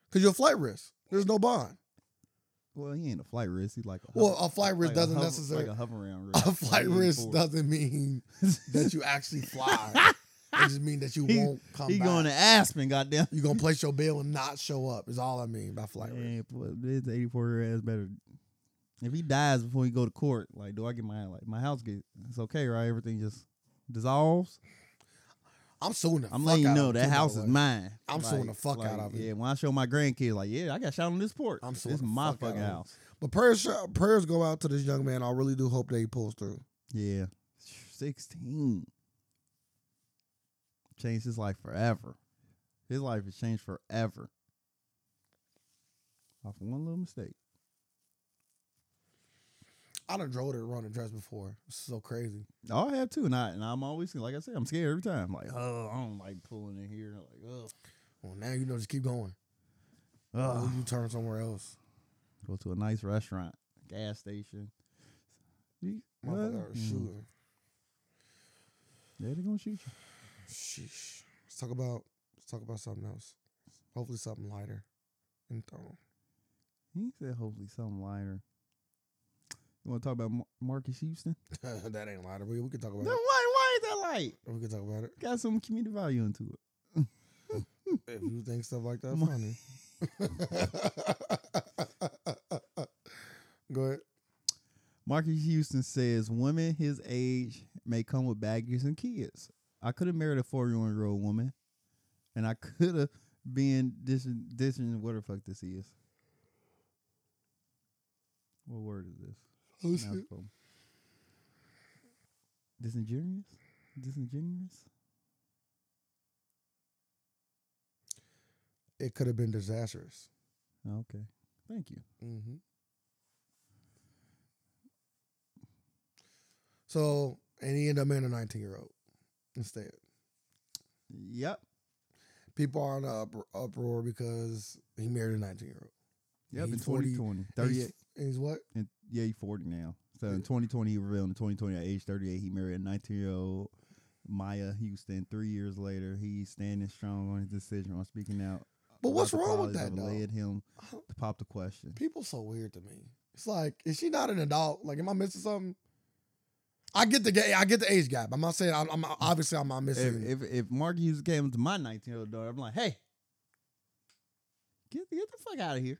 Because you're a flight risk. There's no bond. Well, he ain't a flight risk. He's like a Well, hover- a flight risk like doesn't hover- necessarily. like a hover around risk. [laughs] a, flight Like, he risk forward. doesn't mean that you [laughs] actually fly. it just means that you He- won't [laughs] come He back. going to Aspen, goddamn. you're going to place your bill and not show up, is all I mean by flight risk. Man, boy, this 84 year ass better. If he dies before he go to court, like, do I get my like my house get? It's okay, right? Everything just dissolves. I'm suing the I'm fuck letting you out of know him, that too, by house the is way. mine. I'm suing the fuck like, out of it. Yeah, when I show my grandkids, like, yeah, I got shot on this porch. I'm suing This the my fuck out fucking of it. house. But prayers, uh, prayers go out to this young man. I really do hope that he pulls through. Yeah, sixteen changed his life forever. His life has changed forever off one little mistake. I done drove to the wrong address before. It's so crazy. Oh, I have too, and I and I'm always like I said, I'm scared every time. Like, oh, I don't like pulling in here. Like, oh, Well, now you know, just keep going. Ugh. Or you turn somewhere else. go to a nice restaurant, gas station. You- what? Motherfucker, Mm. shooter. Yeah, they gonna shoot you. Sheesh. Let's talk about let's talk about something else. Hopefully, something lighter. And th- He said, hopefully, something lighter. You want to talk about Mar- Marcus Houston? [laughs] that ain't lighter, but we can talk about No, it. why? Why is that right. We can talk about it Got some community value into it. if you think stuff like that My- funny. [laughs] Go ahead. Marcus Houston says women his age may come with baggage and kids. I could have married a 41 year old woman, and I could have been this this and what the fuck this is. What word is this? Oh, shit. Mouthful. Disingenuous? Disingenuous? It could have been disastrous. Oh, okay. Thank you. Mm-hmm. So, and he ended up marrying a 19 year old instead. Yep. People are in an up- uproar because he married a 19 year old. Yep. He's in 40 2020. 38. He's, he's what? And yeah, he's 40 now. So Yeah. in 2020, he revealed in 2020 at age 38, he married a 19 year old Maya Houston. Three years later, he's standing strong on his decision on speaking out. But about what's the wrong with qualities that, though? led him I don't- to pop the question. People so weird to me. It's like, is she not an adult? Like, am I missing something? I get the gay, I get the age gap. I'm not saying I'm, I'm obviously I'm not If, missing. if if Mark Hughes came to my 19 year old daughter, I'm like, hey, get get the fuck out of here.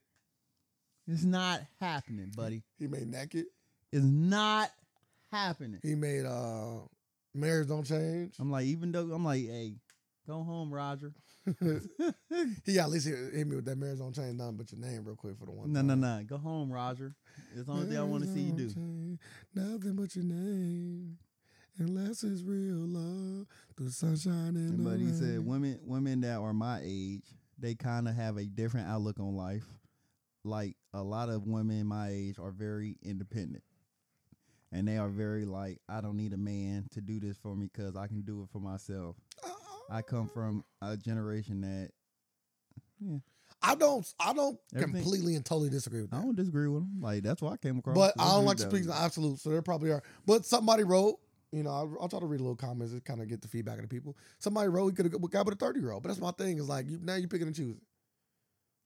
It's not happening, buddy. he made naked. It's not happening. He made uh marriage don't change. I'm like, even though I'm like, hey, go home, [laughs] Roger. He at least hit, hit me with that marriage don't change nothing but your name real quick for the one. No, no, time. no. Go home, Roger. It's the only thing I want to see you do. Marriage don't change Nothing but your name, unless it's real love through sunshine and the But he said rain. women women that are my age, they kind of have a different outlook on life. Like a lot of women my age are very independent. And they are very like, I don't need a man to do this for me because I can do it for myself. I come from a generation that I don't. I don't Everything- completely and totally disagree with I that. don't disagree with them. Like that's why I came across. But this I don't dude like to that speak in was- absolute, so there probably are. But somebody wrote, you know, I'll, I'll try to read a little comments and kind of get the feedback of the people. Somebody wrote he could have got with a thirty year old, but that's my thing is like you now you picking and choosing.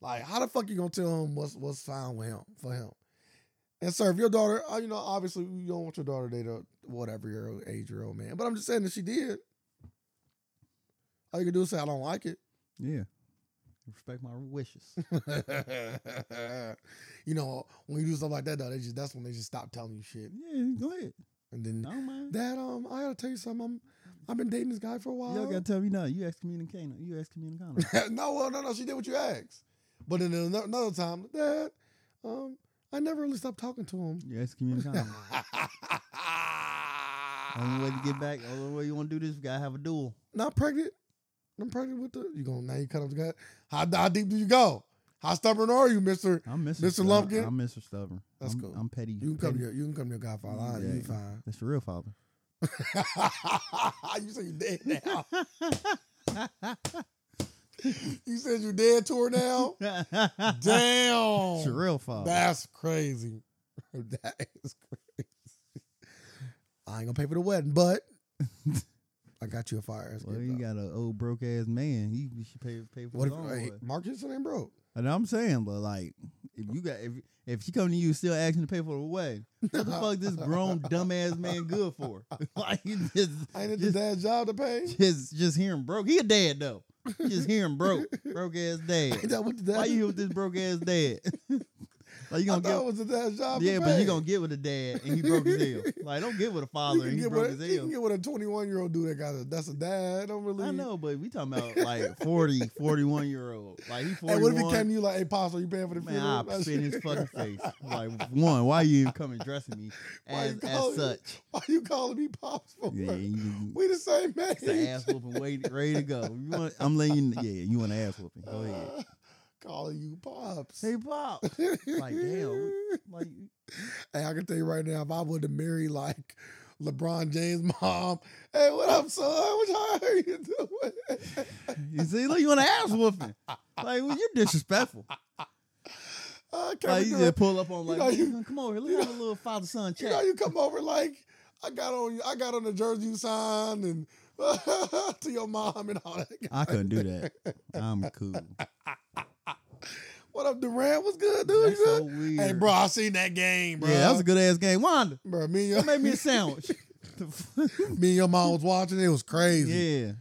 Like how the fuck you gonna tell him what's what's fine with him for him? And sir, if your daughter, uh, you know, obviously you don't want your daughter to date a whatever year age year old man. But I'm just saying that she did. All you can do is say I don't like it. [laughs] Yeah. Respect my wishes. you know, when you do stuff like that, though, they just that's when they just stop telling you shit, [laughs] yeah, go ahead. and then I don't mind. Dad, um, I gotta tell you something. I'm, I've been dating this guy for a while. [laughs] Y'all gotta tell me no. You excommunicate. You excommunicate. no, well, no, no, she did what you asked. But then ano- another time, Dad, um, I never really stopped talking to him. you [laughs] excommunicate. Only way to get back, only way you want to do this, you gotta have a duel. Not pregnant. I'm pregnant with the. You gonna now you cut up the guy? How, how deep do you go? How stubborn are you, Mister? I'm Mr. Mr. Stubborn. Lumpkin? I'm Mr. Stubborn. That's I'm, cool. I'm petty. You can come petty. here. You can come here, Godfather. I- Yeah. You fine. [laughs] That's the real father. you said you dead now. [laughs] you said you dead tour now. That's [laughs] Damn. the real father. That's crazy. [laughs] That is crazy. I ain't gonna pay for the wedding, but I got you a fire. ass well, gift, you though. got an old broke ass man. He you should pay pay for what his if own. hey, way. Mark Houston ain't broke? And I'm saying, but like, if you got if if she come to you still asking to pay for the wedding, [laughs] what the fuck this grown dumbass man good for? [laughs] like, he just Ain't it the just, dad's job to pay? just just hear him broke. He a dad though. Just hear him [laughs] broke, broke ass dad. [laughs] Ain't that what the dad? Why you here with this broke ass dad? [laughs] like you I gonna thought get it was the dad's job. Yeah, to but pay. you gonna get with a dad and he broke his [laughs] hell. Like don't get with a You father can and he get broke with- his you can hell. get with a 21 year old dude that got a that's a dad. Don't really. I know, but we talking [laughs] about like 40, 41 year old. Like he Hey, 41. what if he came to you like, "Hey, pops, are you paying for the Man, funeral?" I That spit in [laughs] his shit- fucking face. Like one, why you even coming dressing me [laughs] Why as you as calling me? [laughs] such? Why you calling me pops for? Yeah, you, We the same it's an age. ass whooping, waiting, ready to go. You want, I'm letting you. Yeah, you want an ass whooping? Go [laughs] ahead. calling you pops. [laughs] Hey, Bob. Like damn. Like Hey, I can tell you right now, if I would have married like LeBron James' mom, hey, what up, son? What how are you doing? [laughs] you see, look, you want an ass whooping? Like well, you're [laughs] disrespectful. Uh, can Like we you do just it? pull up on You like, know, you- "Man, come over here, let's have a little father son you chat. know, you come over like I got on, I got on the jersey you signed, and [laughs] to your mom and all that. [laughs] I couldn't do that. I'm [laughs] cool. What up, Durant? What's good, dude? That's You so good? weird. Hey, bro, I seen that game, bro. Yeah, that was a good ass game. Wanda, bro. Me and you your, [laughs] made me a sandwich. the fuck? Me and your mom was watching. It was crazy. Yeah.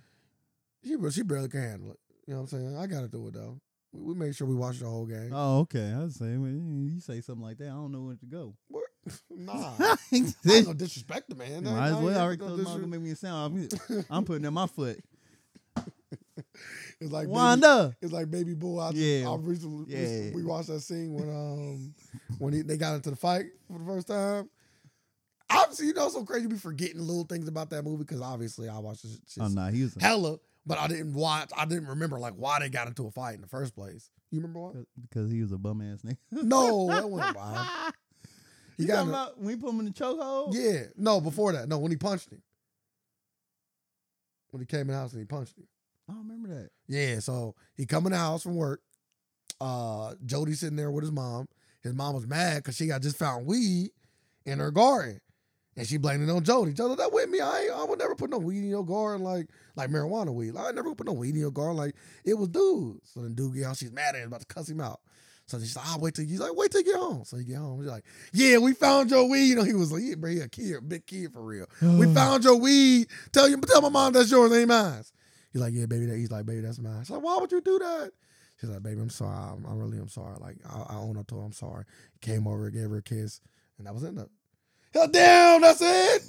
She bar- she barely can handle it. You know what I'm saying? I gotta do it though. We, we make sure we watch the whole game. Oh, okay. I was saying, when you say something like that, I don't know where to go. What? [laughs] [laughs] nah, Ah. I Might ain't as gonna disrespect the man. I ain't- I well. ain't I already gonna closed my mouth, disres- gonna make me a sound. [laughs] I'm, I'm putting in my foot. It's like baby, Wanda. it's like baby boy. I, yeah, Yeah. I recently Yeah. we watched that scene when um when he, they got into the fight for the first time. Obviously, you know, it's so crazy. You be forgetting little things about that movie because obviously I watched this shit Oh, nah, he was a, hella, but I didn't watch. I didn't remember like why they got into a fight in the first place. You [laughs] remember why? because he was a bum ass nigga. No, that wasn't why. He you got talking in a- about when we put him in the chokehold? Yeah. No, before that. No, when he punched him. When he came in the house and he punched him. I don't remember that. Yeah, so he come in the house from work. Uh Jody sitting there with his mom. His mom was mad because she got just found weed in her garden. And she blamed it on Jody. Jody, that with me. I ain't, I would never put no weed in your garden like like marijuana weed. Like, I never put no weed in your garden like it was dude. So then dude get out, she's mad at him, about to cuss him out. So she's like, I'll wait till you- he's like, wait till you get home. So he get home. He's like, Yeah, we found your weed. You know, he was like, Yeah, bro, he a kid, big kid for real. [gasps] We Mm. found your weed. Tell you, tell my mom that's yours, ain't mine. He's like, yeah, baby. That he's like, baby, that's mine. She's like, why would you do that? She's like, baby, I'm sorry. I'm, I'm really, I'm sorry. Like, I, I own up to it. I'm sorry. Came over, gave her a kiss, and that was it. Hell, damn, that's it.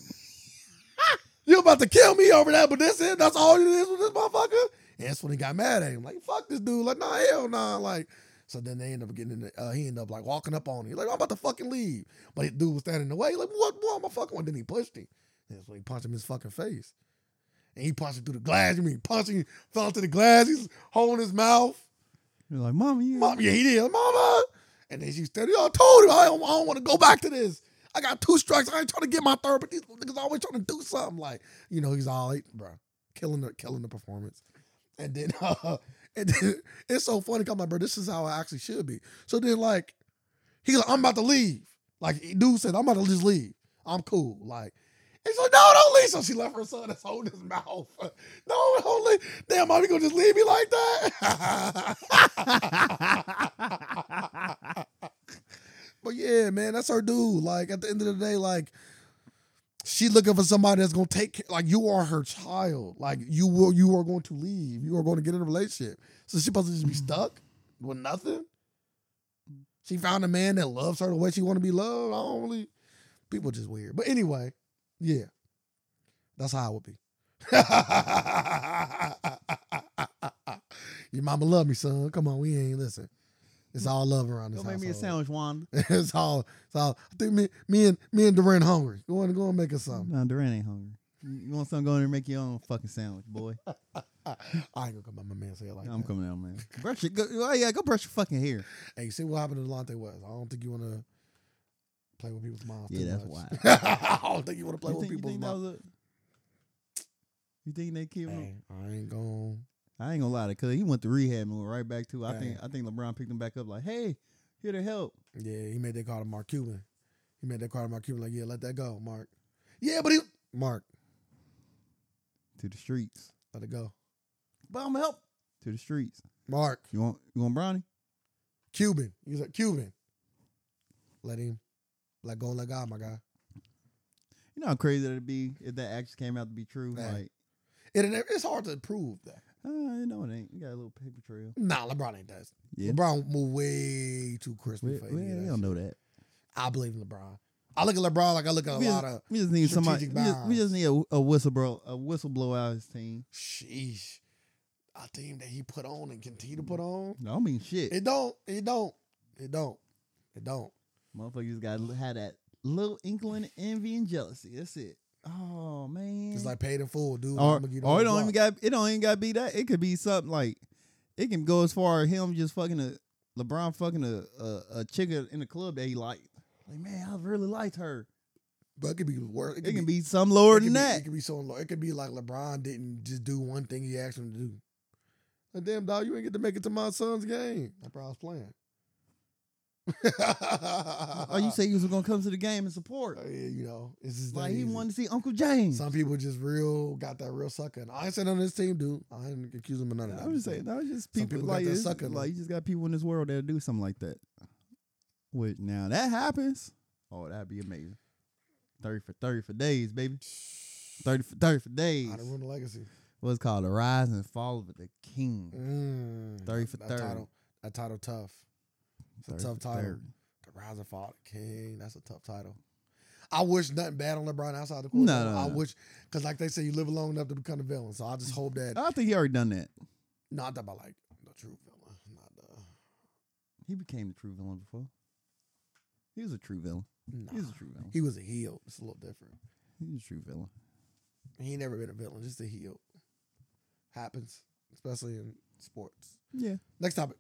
[laughs] you about to kill me over that, but that's it. That's all it is with this motherfucker. And that's when he got mad at him. Like, fuck this dude. Like, nah, hell, nah. Like, so then they end up getting in. The, uh, he ended up like walking up on him. He's like, I'm about to fucking leave. But the dude was standing in the way. Like, what? What am I fucking? with? Then he pushed him. That's when he punched him in his fucking face. And he punched him through the glass. You mean he punched him, fell into the glass. He's holding his mouth. [gasps] You're like, Mama, you Mom, yeah, he did. Mama. And then she said, Yo, I told him, I don't, I don't want to go back to this. I got two strikes. I ain't trying to get my third, but these niggas always trying to do something. Like, you know, he's all, like, bro, killing the, killing the performance. And then, [laughs] uh, and then it's so funny. 'cause I'm like, bro, this is how I actually should be. So then, like, he's like, I'm about to leave. Like, dude said, I'm about to just leave. I'm cool. Like, and she's like, no, don't leave. So she left her son that's holding his mouth. [laughs] No, don't leave. Damn, mommy gonna just leave me like that. but yeah, man, that's her dude. Like at the end of the day, like she looking for somebody that's gonna take care- like you are her child. Like you will you are going to leave. You are going to get in a relationship. So she supposed to just be Mm-hmm. stuck with nothing. She found a man that loves her the way she wanna be loved. I don't really people just weird. But anyway. Yeah. That's how it would be. [laughs] Your mama love me, son. Come on, we ain't listen. It's all love around this don't make me a household. sandwich, Wanda. [laughs] it's all it's all I think me me and me and Durant hungry. Go on go and make us something. Nah, Durant ain't hungry. You want something? Go in there and make your own fucking sandwich, boy. [laughs] I ain't gonna come by my man's head like I'm that. coming out, [laughs] man. Brush your, go, oh yeah, go brush your fucking hair. Hey, see what happened to Delonte West. I don't think you wanna play with people's minds. Yeah, too that's much. wild. [laughs] I don't think you wanna play you with think, you people's think that minds. was a? You think they killed him? Hey, I ain't gonna I ain't gonna lie to cause he went to rehab and went right back to. I think Dang. I think LeBron picked him back up like, hey, here to help. Yeah, he made that call to Mark Cuban. He made that call to Mark Cuban, like, yeah, let that go, Mark. Yeah, but he Mark, to the streets. let it go. But I'm gonna help to the streets. Mark. You want you want brownie? Cuban. He was like, Cuban. Let him let go, let God, my guy. You know how crazy that'd be if that actually came out to be true. Yeah. Like, It, it- it's hard to prove that. uh, you know it ain't. You got a little paper trail. Nah, LeBron ain't that. Yeah. LeBron moved way too crispy We, for we, any of we that don't shit. know that. I believe in LeBron. I look at LeBron like I look at a We lot just, of we just need somebody. strategic We just, we just need a, a whistleblower, a whistleblower out of his team. sheesh. A team that he put on and continue to put on. No, I don't mean shit. It don't. It don't. It don't. It don't. Motherfuckers got to have that little inkling of envy and jealousy. That's it. Oh man. It's like paid in full, dude. or, I'ma get on or it the don't even block. got it don't even got to be that. It could be something like it can go as far as him just fucking a LeBron fucking a a, a chick in the club that he liked. Like man, I really liked her. But it could be worse. It It could can be be some lower it could than be- that. It could be so low. It could be like LeBron didn't just do one thing he asked him to do. Like, damn dog, you ain't get to make it to my son's game. I probably was playing. oh, you say you was gonna come to the game and support? Oh, yeah, you know, it's just that Like he easy. wanted to see Uncle James. Some people just real got that real sucker, and I ain't saying on this team, dude. I ain't accuse him of none of that. I'm just saying, that was just Some people, people got like that it's- sucker, though. like you just got people in this world that do something like that. Which now that happens, oh that'd be amazing. 30 for 30 for days, baby. 30 for 30 for days. How to ruin the legacy. What's called The Rise and Fall of the King. Mm, 30 for that 30. Title, that title tough. It's a 30 tough for title. 30. The Rise and Fall of the King. That's a tough title. I wish nothing bad on LeBron outside the court. No, though. no, I no. wish because like they say, you live long enough to become a villain. So I just hope that I don't think he already done that. not that by like the true villain, not the He became the true villain before. He was a true villain. He nah. was a true villain. He was a heel. It's a little different. He was a true villain. He ain't never been a villain, just a heel. Happens, especially in sports. Yeah. Next topic.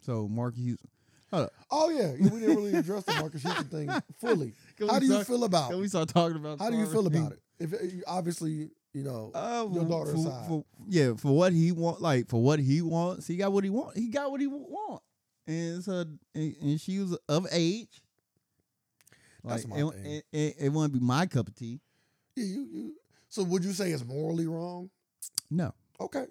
So Mark Hughes. Oh yeah, we didn't really address the Marcus Houston thing [laughs] fully. How do you feel about? we start talking about. How do you feel about it? If you- obviously, you know, Uh, Your for- daughter for, aside. for- yeah, for what he want, like for what he wants, he got what he want. He got what he wa- want, and so and, and she was of age. That's my it, thing. It, it, it wouldn't be my cup of tea. yeah, you, you. So would you say it's morally wrong? No, Okay,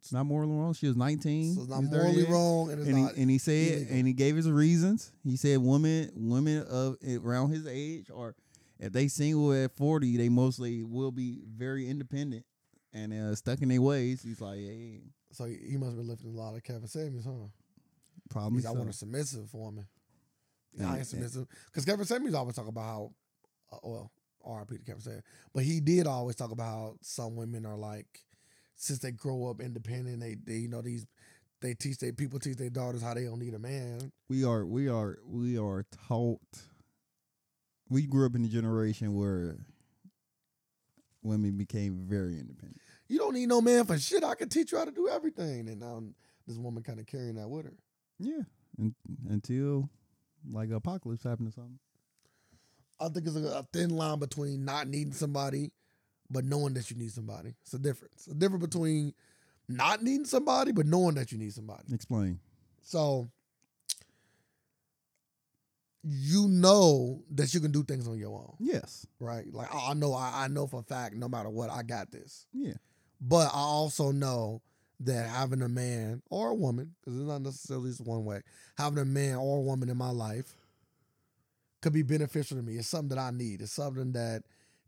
it's not morally wrong. She was nineteen. so it's not he's morally 38. wrong, and it's and he, not. and he said illegal. and he gave his reasons. He said women women of around his age or if they single at forty, they mostly will be very independent and uh, stuck in their ways. He's like, hey, so he, he must have been lifting a lot of Kevin Samuels, huh? probably. Because I so. want a submissive woman. Yeah, I Yeah, ain't yeah. submissive. Because Kevin Samuels always talk about how, uh, well, RIP to Kevin Samuels, but he did always talk about how some women are like, since they grow up independent, they, they you know these, they teach they people teach their daughters how they don't need a man. we are we are we are taught we grew up in a generation where women became very independent You don't need no man for shit. I can teach you how to do everything. And now this woman kind of carrying that with her. yeah Un until like apocalypse happened or something I think it's a, a thin line between not needing somebody, but knowing that you need somebody. It's a difference. A difference between not needing somebody, but knowing that you need somebody. explain So you know that you can do things on your own, yes right? Like I I know, I, I know for a fact, no matter what, I got this. yeah But I also know that having a man or a woman, because it's not necessarily just one way, having a man or a woman in my life could be beneficial to me. It's something that I need. It's something that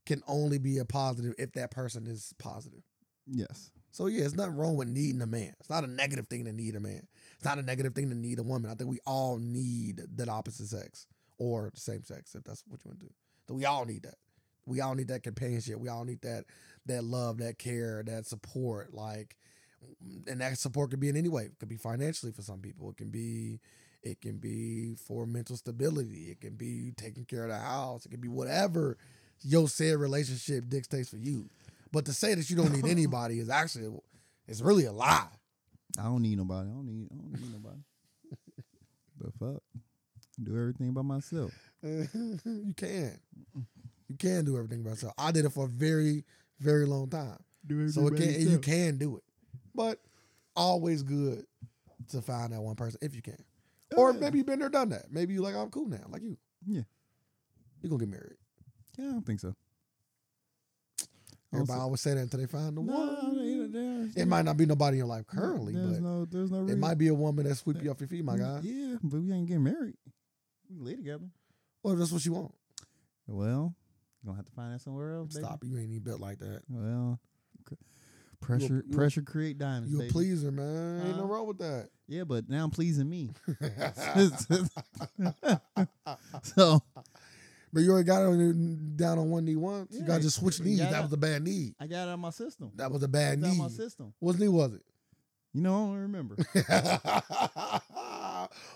can only be a positive if that person is positive. yes So yeah, it's nothing wrong with needing a man. It's not a negative thing to need a man. It's not a negative thing to need a woman. I think we all need that opposite sex or the same sex, if that's what you want to do. So we all need that. We all need that companionship. We all need that that love, that care, that support. Like, and that support could be in any way. It could be financially for some people. It can be, it can be for mental stability. It can be taking care of the house. It can be whatever your said relationship dictates for you. But to say that you [laughs] don't need anybody is actually it's really a lie. i don't need nobody i don't need i don't need [laughs] nobody the fuck do everything by myself Mm. you can. You can do everything by yourself. I did it for a very, very long time. do everything So it can, and you can do it. But always good to find that one person if you can. Or maybe you've been there, done that. Maybe you like, I'm cool now, like you. Oh, Yeah. You're gonna get married. yeah i don't think so I don't Everybody always say that until they find the see- no, one. there- there's- It might not be nobody in your life currently, there's but no there's no it reason. might be a woman that sweep you off your feet, my Mm, guy. Yeah, but we ain't getting married. We live together. Well, if that's what you want. Well, you gonna have to find that somewhere else. baby. Stop. You ain't even built like that. Well, cr- pressure you a- pressure create diamonds. You a baby. pleaser, man. Ain't Huh? no wrong [laughs] with that. Yeah, but now I'm pleasing [laughs] me. so but you already got on your, down on one knee once. you Yeah, gotta just switch you knees. gotta- That was a bad knee. I got it out of my system. That was a bad It's out of knee. my system. What knee was You know, I don't [laughs] remember. it? [laughs]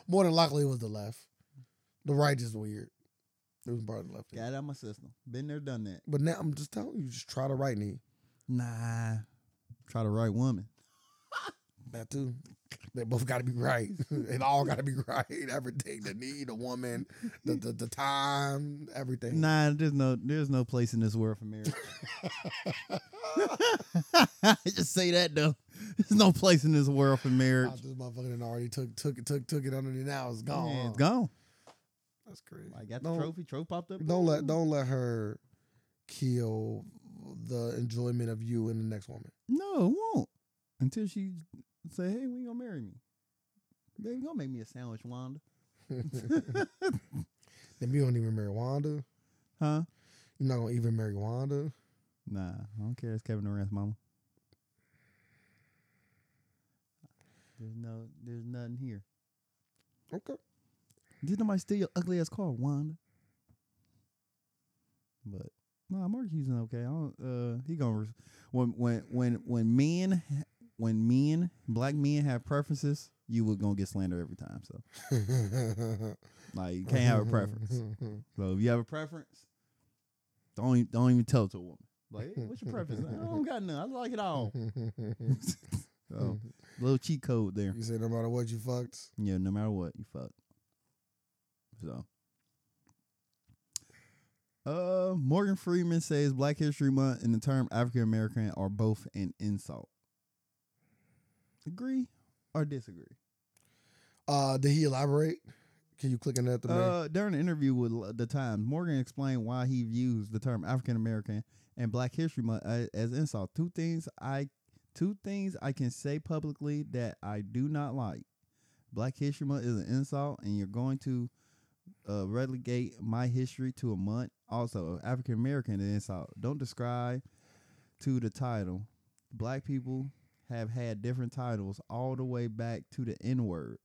More than likely, it was the left. The right is weird. It was probably the left. knee. got it out of my system. Been there, done that. But now I'm just telling you, just try the right knee. Nah. Try the right woman. That too. They both got to be right. [laughs] it all got to be [laughs] right. Everything, the knee, the woman, the the, the time, everything. Nah, there's no there's no place in this world for [laughs] marriage. I just say that though. There's no place in this world for marriage. Oh, this motherfucker done already took took it took took it under there now. It's gone. Yeah, it's gone. That's crazy. I got the Don't- trophy. Trophy popped up. Don't let don't let her kill the enjoyment of you and the [laughs] next woman. No, it won't. Until she say, "Hey, when you gonna marry me?" Baby, gonna make me a sandwich, Wanda. then you don't even marry Wanda. Huh? You're not gonna even marry Wanda. Nah, I don't care. It's Kevin Durant's mama. There's no, there's nothing here. Okay. Did nobody steal your ugly ass car, Wanda? But nah, Mark Houston okay. I don't. Uh, he gonna res- when when when when men ha- when men black men have preferences, you would gonna get slandered every time. So like, you [laughs] can't have a [laughs] preference. So if you have a preference, don't even, don't even tell it to a woman. Like, "Hey, what's your preference? I don't got none. I like it all. [laughs] you So, little cheat code there. say no matter what you fucked. Yeah, no matter what, you fuck. So, uh, Morgan Freeman says Black History Month and the term African American are both an insult. Agree or disagree? Uh, did he elaborate? Can you click on that to me? Uh, during an interview with L- the Times, Morgan explained why he views the term African American and Black History Month as, as insult. Two things I, two things I can say publicly that I do not like. Black History Month is an insult, and you're going to uh, relegate my history to a month. Also, African American is an insult. Don't describe to the title. Black people have had different titles all the way back to the N word,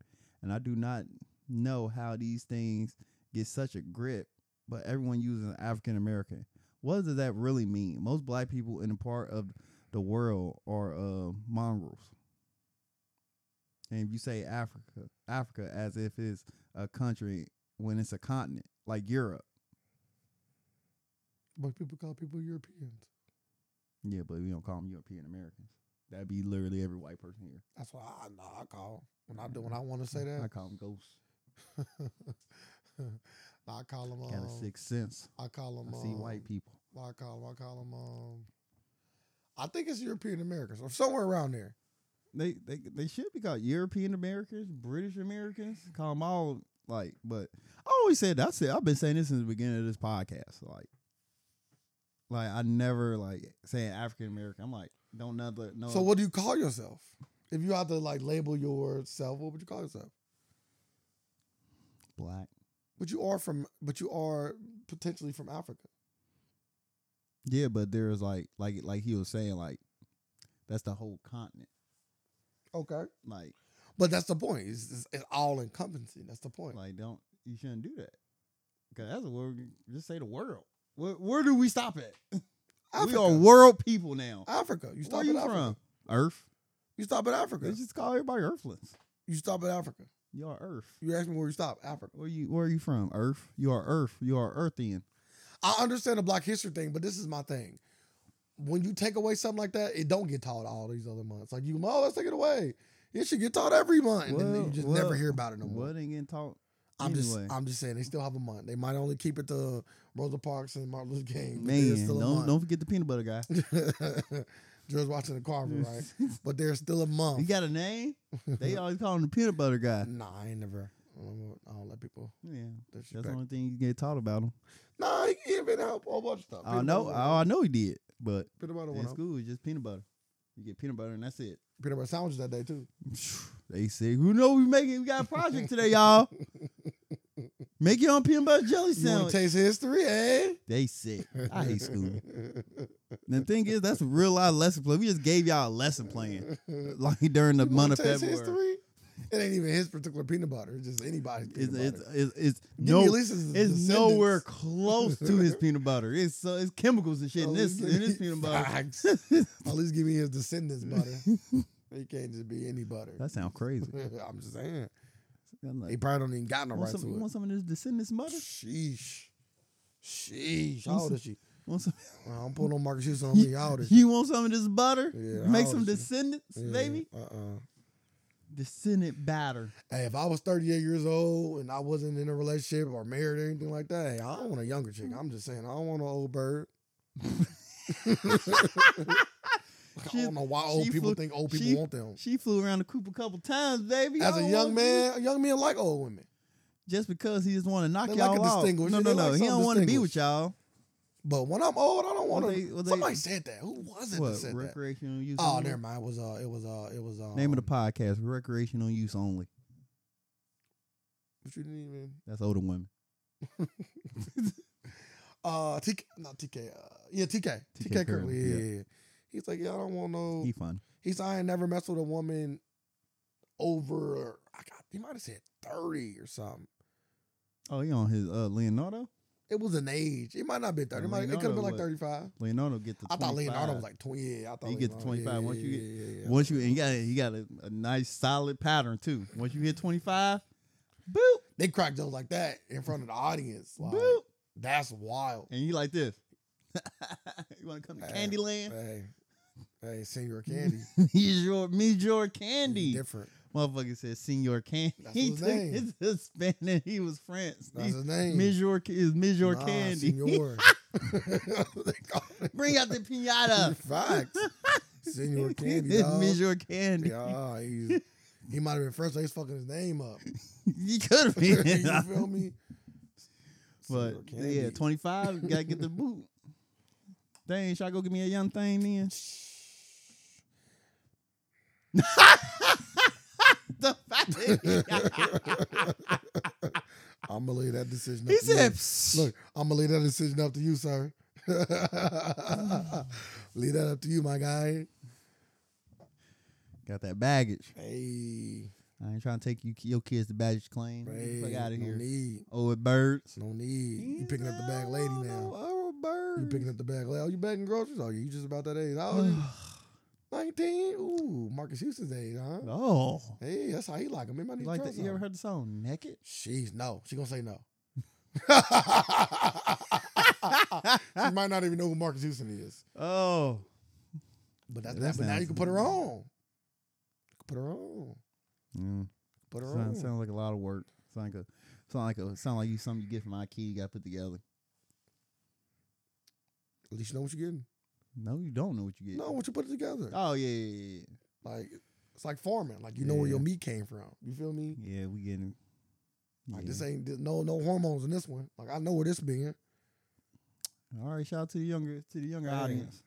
and I do not know how these things get such a grip, but everyone uses African American. What does that really mean? Most black people in a part of the world are uh, mongrels. And if you say Africa, Africa as if it's a country when it's a continent, like Europe. But people call people Europeans. Yeah, but we don't call them European Americans. That'd be literally every white person here. That's why I know I call when I do when I want to say I that. call them ghosts. I call them. Um, Got a sixth sense. I call them. um, I see white people. I call 'em- I call 'em, Um, I think it's European Americans or somewhere around there. they they they should be called European Americans, British Americans, call them all like. But I always said that's it. I've been saying this since the beginning of this podcast. Like, like I never like saying African American. I'm like, don't never no. So what do you call yourself? If you have to like label yourself, what would you call yourself? black? But you are from. But you are potentially from Africa. Yeah, but there's like like like he was saying like that's the whole continent. Okay. Like But that's the point. It's, it's, it's all encompassing. That's the point. like don't you shouldn't do that because that's a word. Just say the world. Where, where do we stop at? Africa. We are world people now. Africa. You stop Where you at Africa. from? Earth. You stop at Africa. They just call everybody Earthlings. you stop at Africa. You are Earth. You ask me where you stop. Africa. Where you Where are you from? Earth. You are Earth. You are Earthian. I understand the Black History thing, but this is my thing. When you take away something like that, it don't get taught all these other months. Like you, oh, let's take it away. It should get taught every month, and then Well, you just well, never hear about it no more. What ain't getting taught? I'm just, anyway. I'm just saying they still have a month. They might only keep it to Rosa Parks and Martin Luther King. but there's Man, still a don't month. don't forget the peanut butter guy. [laughs] Drew's watching the [laughs] carver, right? But there's still a month. He got a [laughs] name. They always call him the peanut butter guy. Nah, I ain't never. I don't, I don't let people. Yeah, that's disrespect. the only thing you get taught about him. Nah, he, he been out a whole bunch of stuff. I know. I I know he did, but peanut butter in went up. school it's just peanut butter. You get peanut butter and that's it. [sighs] Peanut butter sandwiches that day too. They say, "Who know we making? We got a project today, [laughs] y'all. Make your own peanut butter jelly You sandwich." want to taste history, eh? They sick. I hate school. And the thing is, that's a real life lesson plan. We just gave y'all a lesson [laughs] [laughs] plan like during the You month wanna of taste February. history? It ain't even his particular peanut butter. It's just anybody's It's peanut it's butter. it's, it's Give no me at least his it's descendants. [laughs] nowhere close to his peanut butter. It's so it's chemicals and shit in At this least in give this me- [laughs] peanut butter. [laughs] Facts. [laughs] At least give me his descendants butter. It can't just be any butter. [laughs] that sounds crazy. I'm just saying. I'm They like, probably don't even got no want right some, you to want some of this descendants it. butter? Sheesh. Sheesh. Want How old some- is she? Want some, I don't put no Marcus Houston on me. How old is [laughs] she? you want some of this butter? Yeah, Make how some old is she? descendants, baby. Uh uh Descendant batter. Hey, if I was 38 years old and I wasn't in a relationship or married or anything like that, hey, I don't want a younger Mm-hmm. chick. I'm just saying, I don't want an old [laughs] bird. Like, I She- don't know why old she flew- people think old people she- want them. She flew around the coop a couple times, baby. As I a don't young want you- man, young men like old women. just because he just want to knock They y'all like a out. distinguished- No, they no, like no. he something don't want to be with y'all. distinguished. But when I'm old, I don't want Well, they- well, to. they- Somebody said that. Who was it that What said that? recreational use? Oh, only? never mind. It was uh, it was uh, it was uh, Name of the podcast: Recreational Use Only. But you didn't even. That's older women. Uh, TK, not TK. Uh, yeah, TK. TK, TK Kirkland. Kirkland, Yeah, yeah. yeah, yeah. He's like, yeah, I don't want no. He fun. He's I ain't never messed with a woman over. I got. He might have said thirty or something. Oh, he on his uh Leonardo. It was an age. It might not be thirty. It, might- it could have Leonardo been like was- thirty-five. Leonardo get the. I thought Leonardo 25. was like twenty. Yeah, I thought You get to Leonardo- 25 once you get- yeah, yeah, yeah. Once you and you got you got a, a nice solid pattern too. Once you hit twenty five, boop they crack jokes like that in front of the audience. Like, boop, that's wild. and you like this. [laughs] you want to come to Hey, Candyland? Hey, hey, senior candy, [laughs] He's your meet your candy. different. Motherfucker said Senor Candy. That's [laughs] He his took name. his Hispanic. He was France. That's his name. Mizor is Mizor Nah, Candy. Senor. [laughs] They call him [laughs] Bring [laughs] out the pinata. Facts. [laughs] Senor Candy. It's dawg. Mizor Candy. Yeah, he's, he might have been first. so He's fucking his name up. [laughs] You could [laughs] you have been. feel me? [laughs] but Senor Candy. yeah, twenty five. Gotta get the [laughs] boot. Dang, should I go get me a young thing then? [laughs] the fact [laughs] that- I'm gonna leave that decision. he up to you. said, "Psst." "Look, I'm gonna leave that decision up to you, [laughs] sir. [laughs] leave that up to you, my guy." "Got that baggage. Hey, I ain't trying to take you your kids to baggage claim. Get the hey, fuck out of no here. need, Oh, with birds. no need. You picking up the bag, lady now. Oh, You birds. picking up the bag, lady? Oh, you bagging groceries? Oh, you just about that age? How old you? Nineteen? Ooh, Marcus Houston's age, huh? [sighs] oh, Hey, that's how he like him. He might need you to like try that? You ever something. heard the song "Naked"? She's no. She gonna say no. [laughs] [laughs] she might not even know who Marcus Houston is. Oh, But that's, Yeah, that but now you sounds- can put her on. Put her on. mm. Put her on. sounds, sounds like a lot of work. Sound like a sound like a sound like you something you get from IKEA. You got to put together. At least you know what you're getting. No, you don't know what you get. No, what you put it together. Oh yeah, yeah, yeah, Like it's like farming. Like you know where Yeah. your meat came from. You feel me? yeah. Yeah, we getting. Like yeah. this ain't this, no no hormones in this one. Like I know where this been. All right, shout out to the younger to the younger Hey. audience.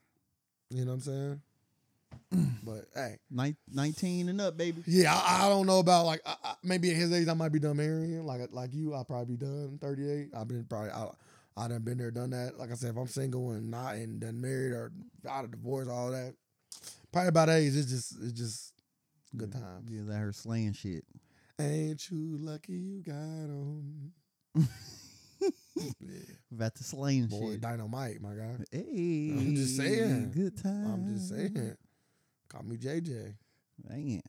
You know what I'm saying? [clears throat] but hey, Nin- Nineteen and up, baby. yeah, I, I don't know about like I, I, maybe at his age I might be done marrying. Like like you, I'll probably be done 38. I've been probably I, I done been there, done that. Like I said, if I'm single and not and done married or out of divorce, all that. Probably about age, it's just it's just good Yeah. times. Yeah, that her slaying shit. Ain't you lucky you got 'em? yeah. About the slaying Boy, shit. dynamite, my guy. Hey, just saying. Good time. [laughs] I'm just saying. Call me JJ. Man.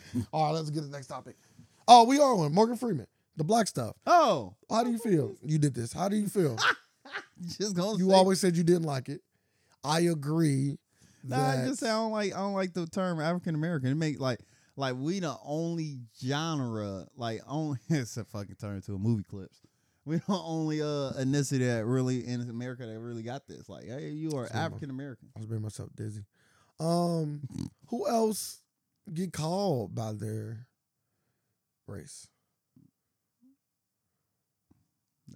[laughs] All right, let's get to the next topic. Oh, we are one. Morgan Freeman, the black stuff. Oh, [laughs] How do you feel? You did this. How do you feel? just gonna. You say- always said you didn't like it. I agree. Nah, I that- just say I don't like. I don't like the term African American. It make like like we the only genre like on. [laughs] It's a fucking turn to a movie clips. We the only uh ethnicity that really in America that really got this. Like, hey, you are Sure. African American. I was making myself dizzy. Um, who else get called by their race?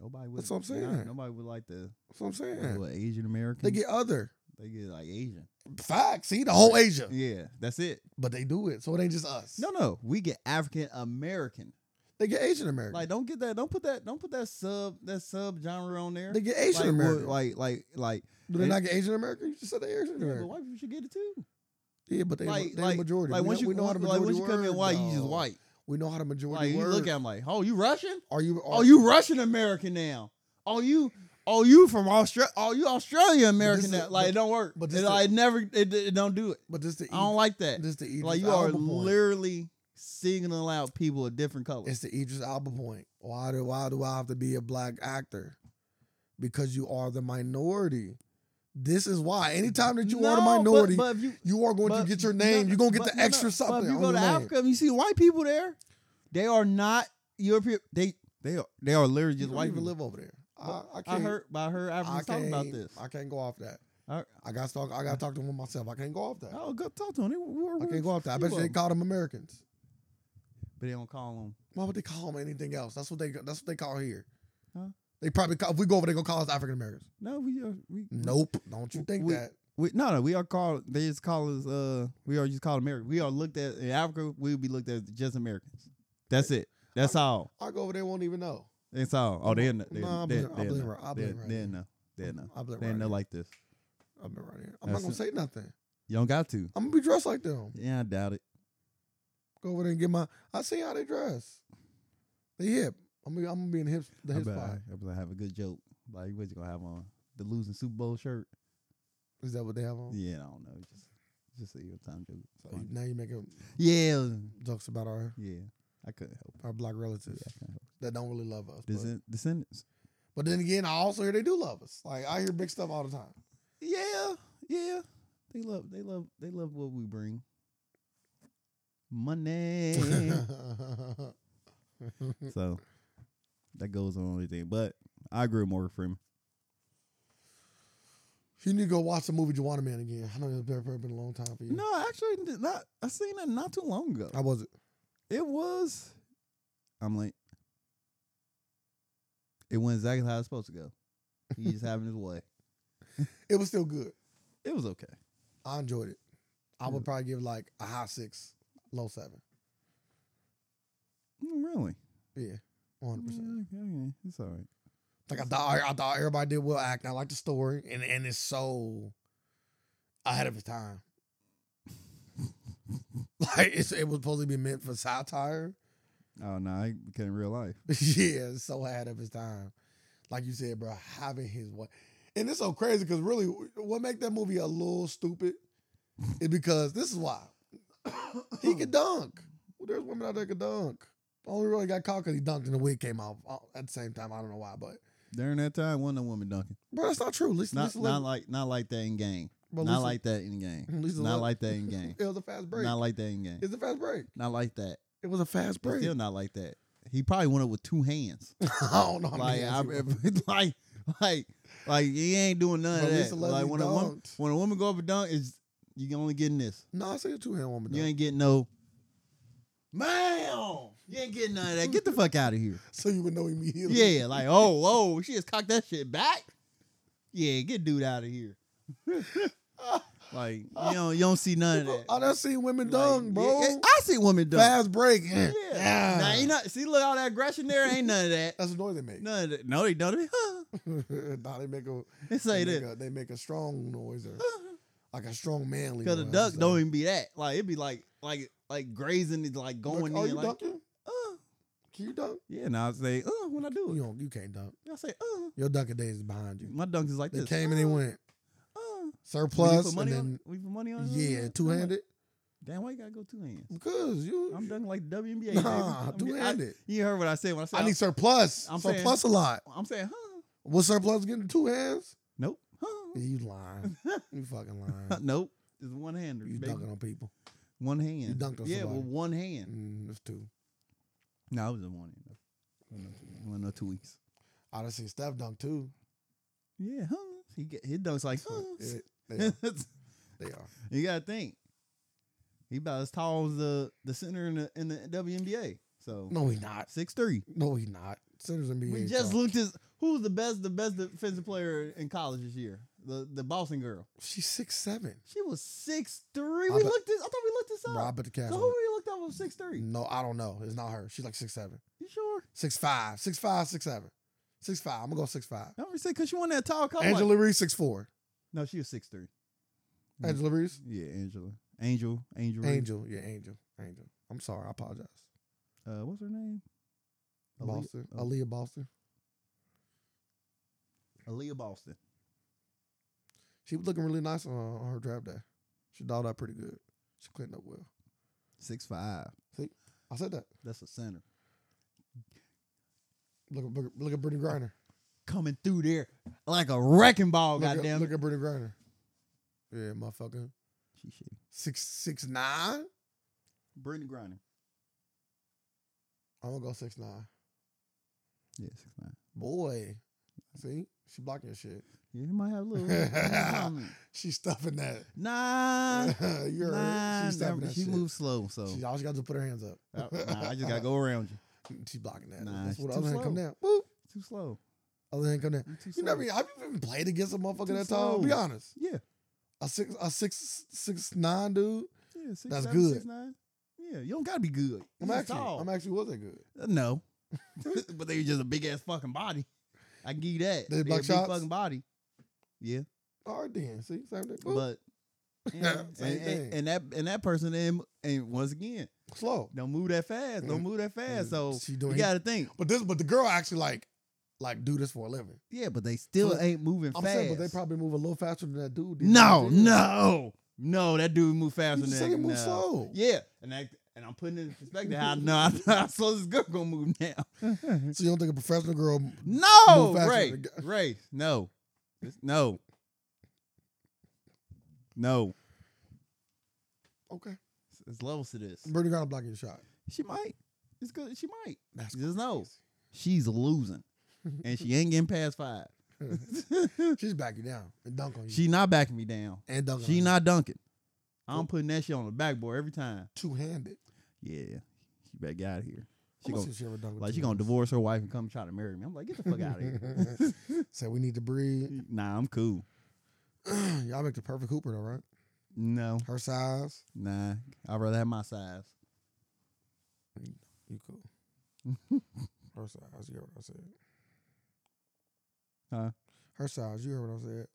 Nobody would. That's what I'm nah, saying. Nobody would like the That's what I'm like, saying. what Asian American. They get other they get like Asian. facts. See the whole Asia, Yeah, that's it. but they do it, so it ain't just us. No, no, we get African American. They get Asian American. Like, don't get that. Don't put that. Don't put that sub that sub genre on there. they get Asian like, American. what- like, like, like. do they not get Asian American? You just said they Asian Yeah, but American. white people should get it too. Yeah, but they like, they like, majority. Like we once know, you we know how the like majority once you come in word, white, you just dog. white. We know how the majority. Like you word. look at them like, oh, you Russian? Are you? Are, Oh, you Russian American now? Oh, you? Oh, you from Australia? Oh, you Australia American is- now? Like but- it don't work. but But this it, is- like, it never. It, it don't do it. But this the I don't like that. This the Idris Like you are Elba point. literally singling out people of different colors. It's the Idris Alba point. Why do why do I have to be a black actor? Because you are the minority. This is why. Anytime that you No, are the but- minority, but if you you are going but- to get your no, name. You're gonna get but- the no, no, extra but something. If you on go your to name. Africa and you see white people there, they are not European. They they are they are literally you just don't white even people. live over there. I, I I, can't. I heard by her Africans talking about can't- this. I can't go off that. I, I got to talk. I got to talk to them myself. I can't go off that. I'll Oh, go talk to them. They were, I can't go off that. I bet you they call them Americans. but they don't call them. Why would they call them anything else? That's what they. That's what they call here. Huh? They probably call, if we go over, they gonna call us African Americans. No, we are we Nope. Don't you think We- that? we- no no we are called. They just call us. Uh, we are just called American. We are looked at in Africa. We would be looked at as just Americans. That's it. That's all. I go over there, won't even know. It's all. Oh, they know. They Nah, I they- believe- I they believe know. her. I They believe her. they know. They know. I've been They right know here. like this. I've been right here. I'm not That's gonna say nothing. You don't got to. I'm gonna be dressed like them. Yeah, I doubt it. Go over there and get my. I see how they dress. They hip. I'm gonna, I'm gonna be in the hip the I hip bet I, spot. I bet I have a good joke. Like, what you gonna have on? The losing Super Bowl shirt? Is that what they have on? Yeah, I don't know. Just, just a your time joke. It's So you- fine. now you're making Yeah, jokes about our yeah. I couldn't help. it. our black Yeah, relatives I couldn't help. that don't really love us. it. But, Descend- Descendants. but then again, I also hear they do love us. Like I hear big stuff all the time. Yeah, yeah. They love, they love, they love what we bring. [laughs] Money. so that goes on everything. But I agree with Morgan Freeman. you need to go watch the movie Juana Man again. I know it's been, been a long time for you. No, actually, not. I seen that not too long ago. I wasn't. It was. I'm like, it went exactly how it's supposed to go. He [laughs] just having his way. It was still good. It was okay. I enjoyed it. I Yeah. would probably give like a high six, low seven. Mm, Really? Yeah, one hundred percent. Yeah, okay, okay, It's all right. Like I thought, I thought everybody did well acting. I like the story, and and it's so ahead of its time. [laughs] like it's, it was supposed to be meant for satire. Oh no, I became real life. [laughs] yeah, it's so ahead of its time. Like you said, bro, having his way, and it's so crazy because really, what make that movie a little stupid is because this is why he could dunk. Well, there's women out there that could dunk. Only really got caught because he dunked and the wig came off uh, at the same time. I don't know why, but During that time, wasn't no woman dunking. bro, that's not true. Listen, Not listen, not like not like that in game. But Not Lisa- like that in game. Lisa Not Lo- like that in game. It was a fast [laughs] break. Not like that in game. it's a fast break. Not like that. It was a fast It's break. Still not like that. He probably went up with two hands. [laughs] I don't know. how many Like I, hands he [laughs] was. [laughs] like like like he ain't doing none But of Lisa that. Leslie Like when a woman dunked. when a woman go up and dunk, is you only getting this. no, I see a two hand woman. You dunk. ain't getting no. Ma'am, you ain't getting none of that. Get the fuck out of here. So you would know immediately. Yeah, like oh whoa, she just cocked that shit back. Yeah, get dude out of here. [laughs] like you don't you don't see none of that. I done seen women Like, dunk, bro. yeah, yeah, I see women dunk. Fast break. Yeah. Yeah. Now you not see look all that aggression there ain't none of [laughs] that. That's the noise they make. None of that. No, they don't. [laughs] They, nah, they make a they they say make that. [laughs] a, they make a strong noise or like a strong manly. Cause the noise, duck so. don't even be that. Like it'd be like like like grazing is like Look, going Are in oh, you like dunking? uh Can you dunk? yeah. Now I say uh when I You do don't. You can't dunk. it, I say uh. Your dunking days is behind you. My dunk is like They this. came and they uh, went Uh. When you surplus put money and on, then when you put money on. it, I'm yeah, like, two handed Damn, why you gotta go two hands? because you. I'm dunking like WNBA. Nah, baby. two I'm get- I- handed. You heard what I said when I said I need surplus. I'm saying- surplus a lot. I'm saying huh? What surplus getting two hands? Nope. Huh? [laughs] You lying. you fucking lying. nope. It's one hander. You baby. dunking on people. One hand. dunked on yeah, with somebody. one hand. Mm, that's two. No, I was in one hand. Mm. One or two weeks. I done seen Steph dunk too. Yeah, huh? He get, he dunks like huh? [laughs] Yeah, they are. They are. [laughs] you gotta think. He about as tall as the the center in the in the WNBA. So No, he not. six three. No, he not. Centers NBA. We just so- looked at who's the best the best defensive player in college this year. The the Boston girl. She's six seven. She was six three. I We bet- looked this. I thought we looked this up. Bro, I bet the Cavs. so who won. we looked up was six three. No, I don't know. It's not her. She's like six seven. You sure? Six five. Six five. Six seven. Six five. I'm gonna go six five. I'm gonna say because she won that tall cup. Angela Reese six four. no, she was six three. Mhm. Angela Reese. Yeah, Angela. Angel. Angel. Reed. Angel. Yeah, Angel. Angel. I'm sorry. I apologize. Uh, what's her name? Ale- Boston. uh, Aaliyah Oh. Boston. Aaliyah Boston. She was looking really nice on, on her draft day. She dolled up pretty good. She cleaned up well. Six five. I said that. That's a center. Look, at- look, at- look at Brittany Griner. Coming through there like a wrecking ball, look at, goddamn. Look at Brittany Griner. Yeah, motherfucker. She shitty. Six six nine. Brittany Griner. I'm gonna go six nine. Yeah, six nine. Boy, see, she blocking your shit. Yeah, you might have a little. [laughs] Mm. She's stuffing that. nah. [laughs] you heard. nah, She's stuffing nah, that she shit. moves slow, so She all she got to do is put her hands up. I, nah, I just [laughs] gotta go around you. She's blocking that. Nah, That's she's what too other hand come slow. down. Boop. Too slow. Other hand come down. You too You slow. never. Have you even played against a motherfucker Too that tall? Be slow. honest. yeah, A six, a six, six nine dude. yeah. Six, That's seven, good. six, nine. Yeah, you don't gotta be good. You I'm just actually, tall. I'm actually was that good. [laughs] Uh, no, [laughs] but they was just a big ass fucking body. I can give you that. They a block big shots? fucking body. Yeah, All right, then. See, same thing. Boop. [laughs] but yeah, and, Same and- thing. and that and that person and, and once again slow. don't move that fast. Don't move that fast. So Mm. She you doing. got to think. but this, but the girl actually like, like do this for a living. Yeah, but they still But ain't moving I'm fast. saying, but they probably move a little faster than that dude. did. no, Yeah. no, no. That dude moved faster You just than said that. it move no. slow. Yeah, and that, and I'm putting it in perspective. How no, I, I saw this girl gonna move now. [laughs] So you don't think a professional girl? No, Move faster Ray, than the Ray, no, This- no, no. Okay, There's levels to this. Brittany Griner blocking your shot. She might. It's good. She might. That's Just know she's losing, and she ain't getting past five. [laughs] She's backing down and dunk on you. she not backing me down. and dunk on She you. not dunking. I'm putting that shit on the backboard every time. two handed. Yeah, she better get out of here. She She gonna, gonna, she ever dunk with like she two gonna [laughs] hands. divorce her wife and come try to marry me. I'm like, get the fuck out of here. [laughs] Say we need to breathe. nah, I'm cool. [clears throat] Y'all make the perfect hooper though, right? No, Her size, nah, I'd rather have my size. you [laughs] cool. her size, you heard what I said. Huh? Her size, you heard what I said.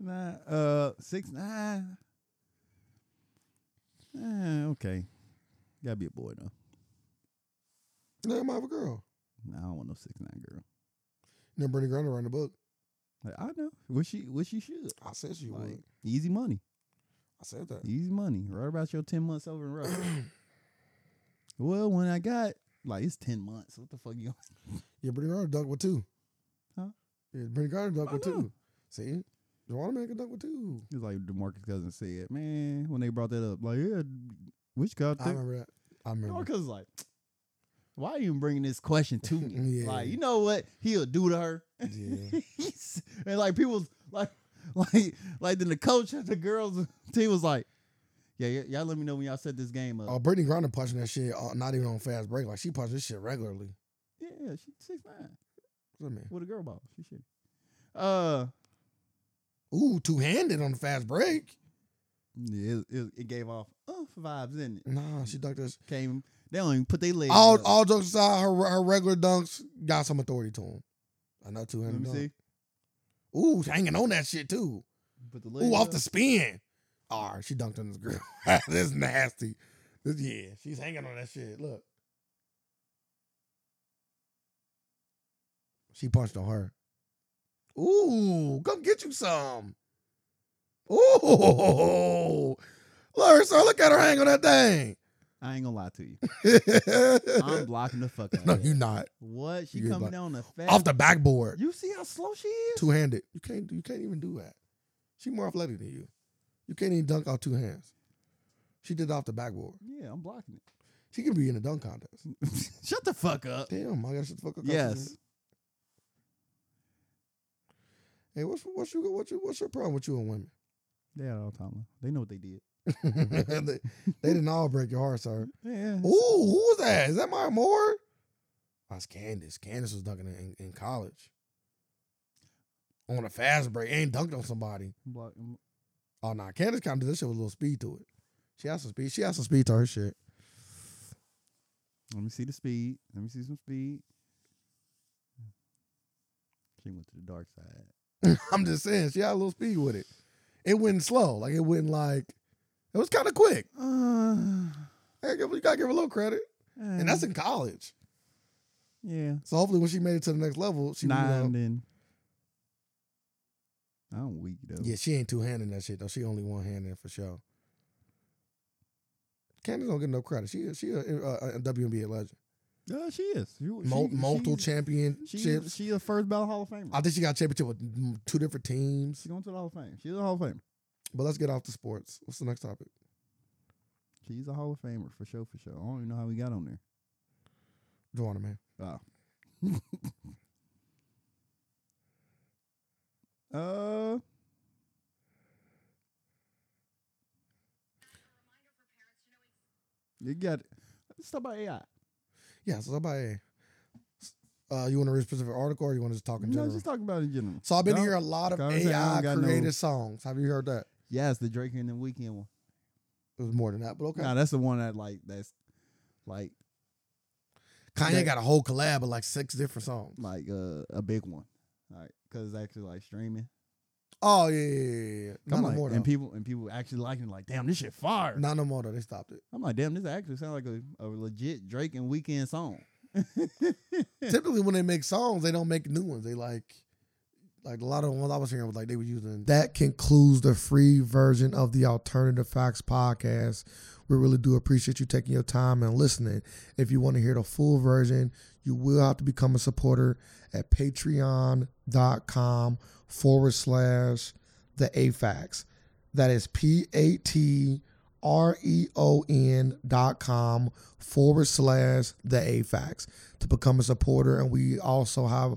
Nah, uh, six nine. Eh, okay, gotta be a boy though. Look, I'm have a girl. Nah, I don't want no six nine girl. You know, Brittany Griner ran the book. Like, I know. Wish she, wish she should. I said she Like, would. easy money, I said that. easy money. Right about your ten months over and rough. [coughs] well, when I got like it's ten months. What the fuck you? Yeah, Brittany Griner dunked with two. Huh? Yeah, Brittany Griner dunked I with know. two. See, Joanna man can dunk with two. [laughs] It's like Demarcus Cousins said, man. When they brought that up, like, yeah, which guy? I remember that. I remember. Demarcus like, why are you even bringing this question to me? [laughs] Yeah. Like, you know what he'll do to her? [laughs] [laughs] Yeah. and like people like [laughs] like like then the coach of the girls [laughs] team was like, yeah, y- y'all let me know when y'all set this game up. Uh, Brittany Griner punching that shit. Uh, not even on fast break. Like she punches this shit regularly. yeah, she six nine What I mean? with a girl ball. She should. Uh, Ooh, two handed on the fast break. yeah, it, it, it gave off oomph vibes, didn't it? Nah, she dunked us. Came, they don't even put their legs. All up. all jokes aside, her her regular dunks got some authority to them. Another two let handed me dunk. see. Ooh, she hanging on that shit too. Put the Ooh, legs off up. the spin. All right, she dunked on this girl. [laughs] this is nasty. This, yeah, she's hanging on that shit. Look. She punched on her. Ooh, come get you some. Ooh. Larry, sir, look at her hang on that thing. [laughs] I ain't gonna lie to you. I'm blocking the fuck out. no, of you're that. not. What? She You're coming block- down the fast. Off the backboard. [laughs] You see how slow she is? Two handed. You can't you can't even do that. She more athletic than you. You can't even dunk out two hands. She did it off the backboard. Yeah, I'm blocking She could be in a dunk contest. it. [laughs] Shut the fuck up. Damn, I got shut the fuck up. Yes. Hey, what's what's your what's your what's your problem with you and women? [laughs] They had all the time. They know what they did. they, they didn't all break your heart, sir. Yeah. Ooh, who was that? Is that Maya Moore? That's Candace. Candace was dunking in, in college. On a fast break. Ain't dunked on somebody. I'm blocking. Oh nah, Candace kind of this shit with a little speed to it. She has some speed. She has some speed to her shit. [laughs] Let me see the speed. Let me see some speed. She went to the dark side. I'm just saying, she had a little speed with it. It went slow. Like it went like it was kind of quick. Uh, Hey, give- you gotta give her a little credit. [sighs] And that's in college. [sighs] yeah. So hopefully when she made it to the next level, she Nine was, then. I'm weak though. Yeah, she ain't two handed that shit though. She only one handed for sure. Candace don't get no credit. She she a, uh, a, a WNBA legend, Uh, she is. She, Mul- she- multiple she's- championships. She's she a first ballot Hall of Famer. I think she got a championship with mm, two different teams. She's going to the Hall of Fame. She's a Hall of Famer. But let's get off the sports. What's the next topic? She's a Hall of Famer for sure, for sure. I don't even know how we got on there. Joanna man. Wow. [laughs] uh. You got it. Let's talk about AI. Yeah, so somebody. Uh, you want to read a specific article or you want to just talk in No, general? just talking about it in general. so I've been No. hearing a lot of I was saying, I AI don't got no- created songs. Have you heard that? Yes, the Drake and the Weekend one. It was more than that, but okay. Nah, that's the one that like that's like Kanye That- got a whole collab of like six different songs. like uh, a big one, like because it's actually like streaming. Oh yeah, yeah, yeah, yeah. Not I'm no like, more though. and people and people actually liking it, like, damn, this shit fire. Not no more though. They stopped it. I'm like, damn, this actually sounds like a, a legit Drake and Weekend song. Typically, when they make songs, they don't make new ones. They like, like a lot of the ones I was hearing was like they were using. That concludes the free version of the Alternative Facts podcast. We really do appreciate you taking your time and listening. If you want to hear the full version, you will have to become a supporter at patreon.com forward slash the AFAX. That is P A T R E O N dot com forward slash the AFAX to become a supporter. And we also have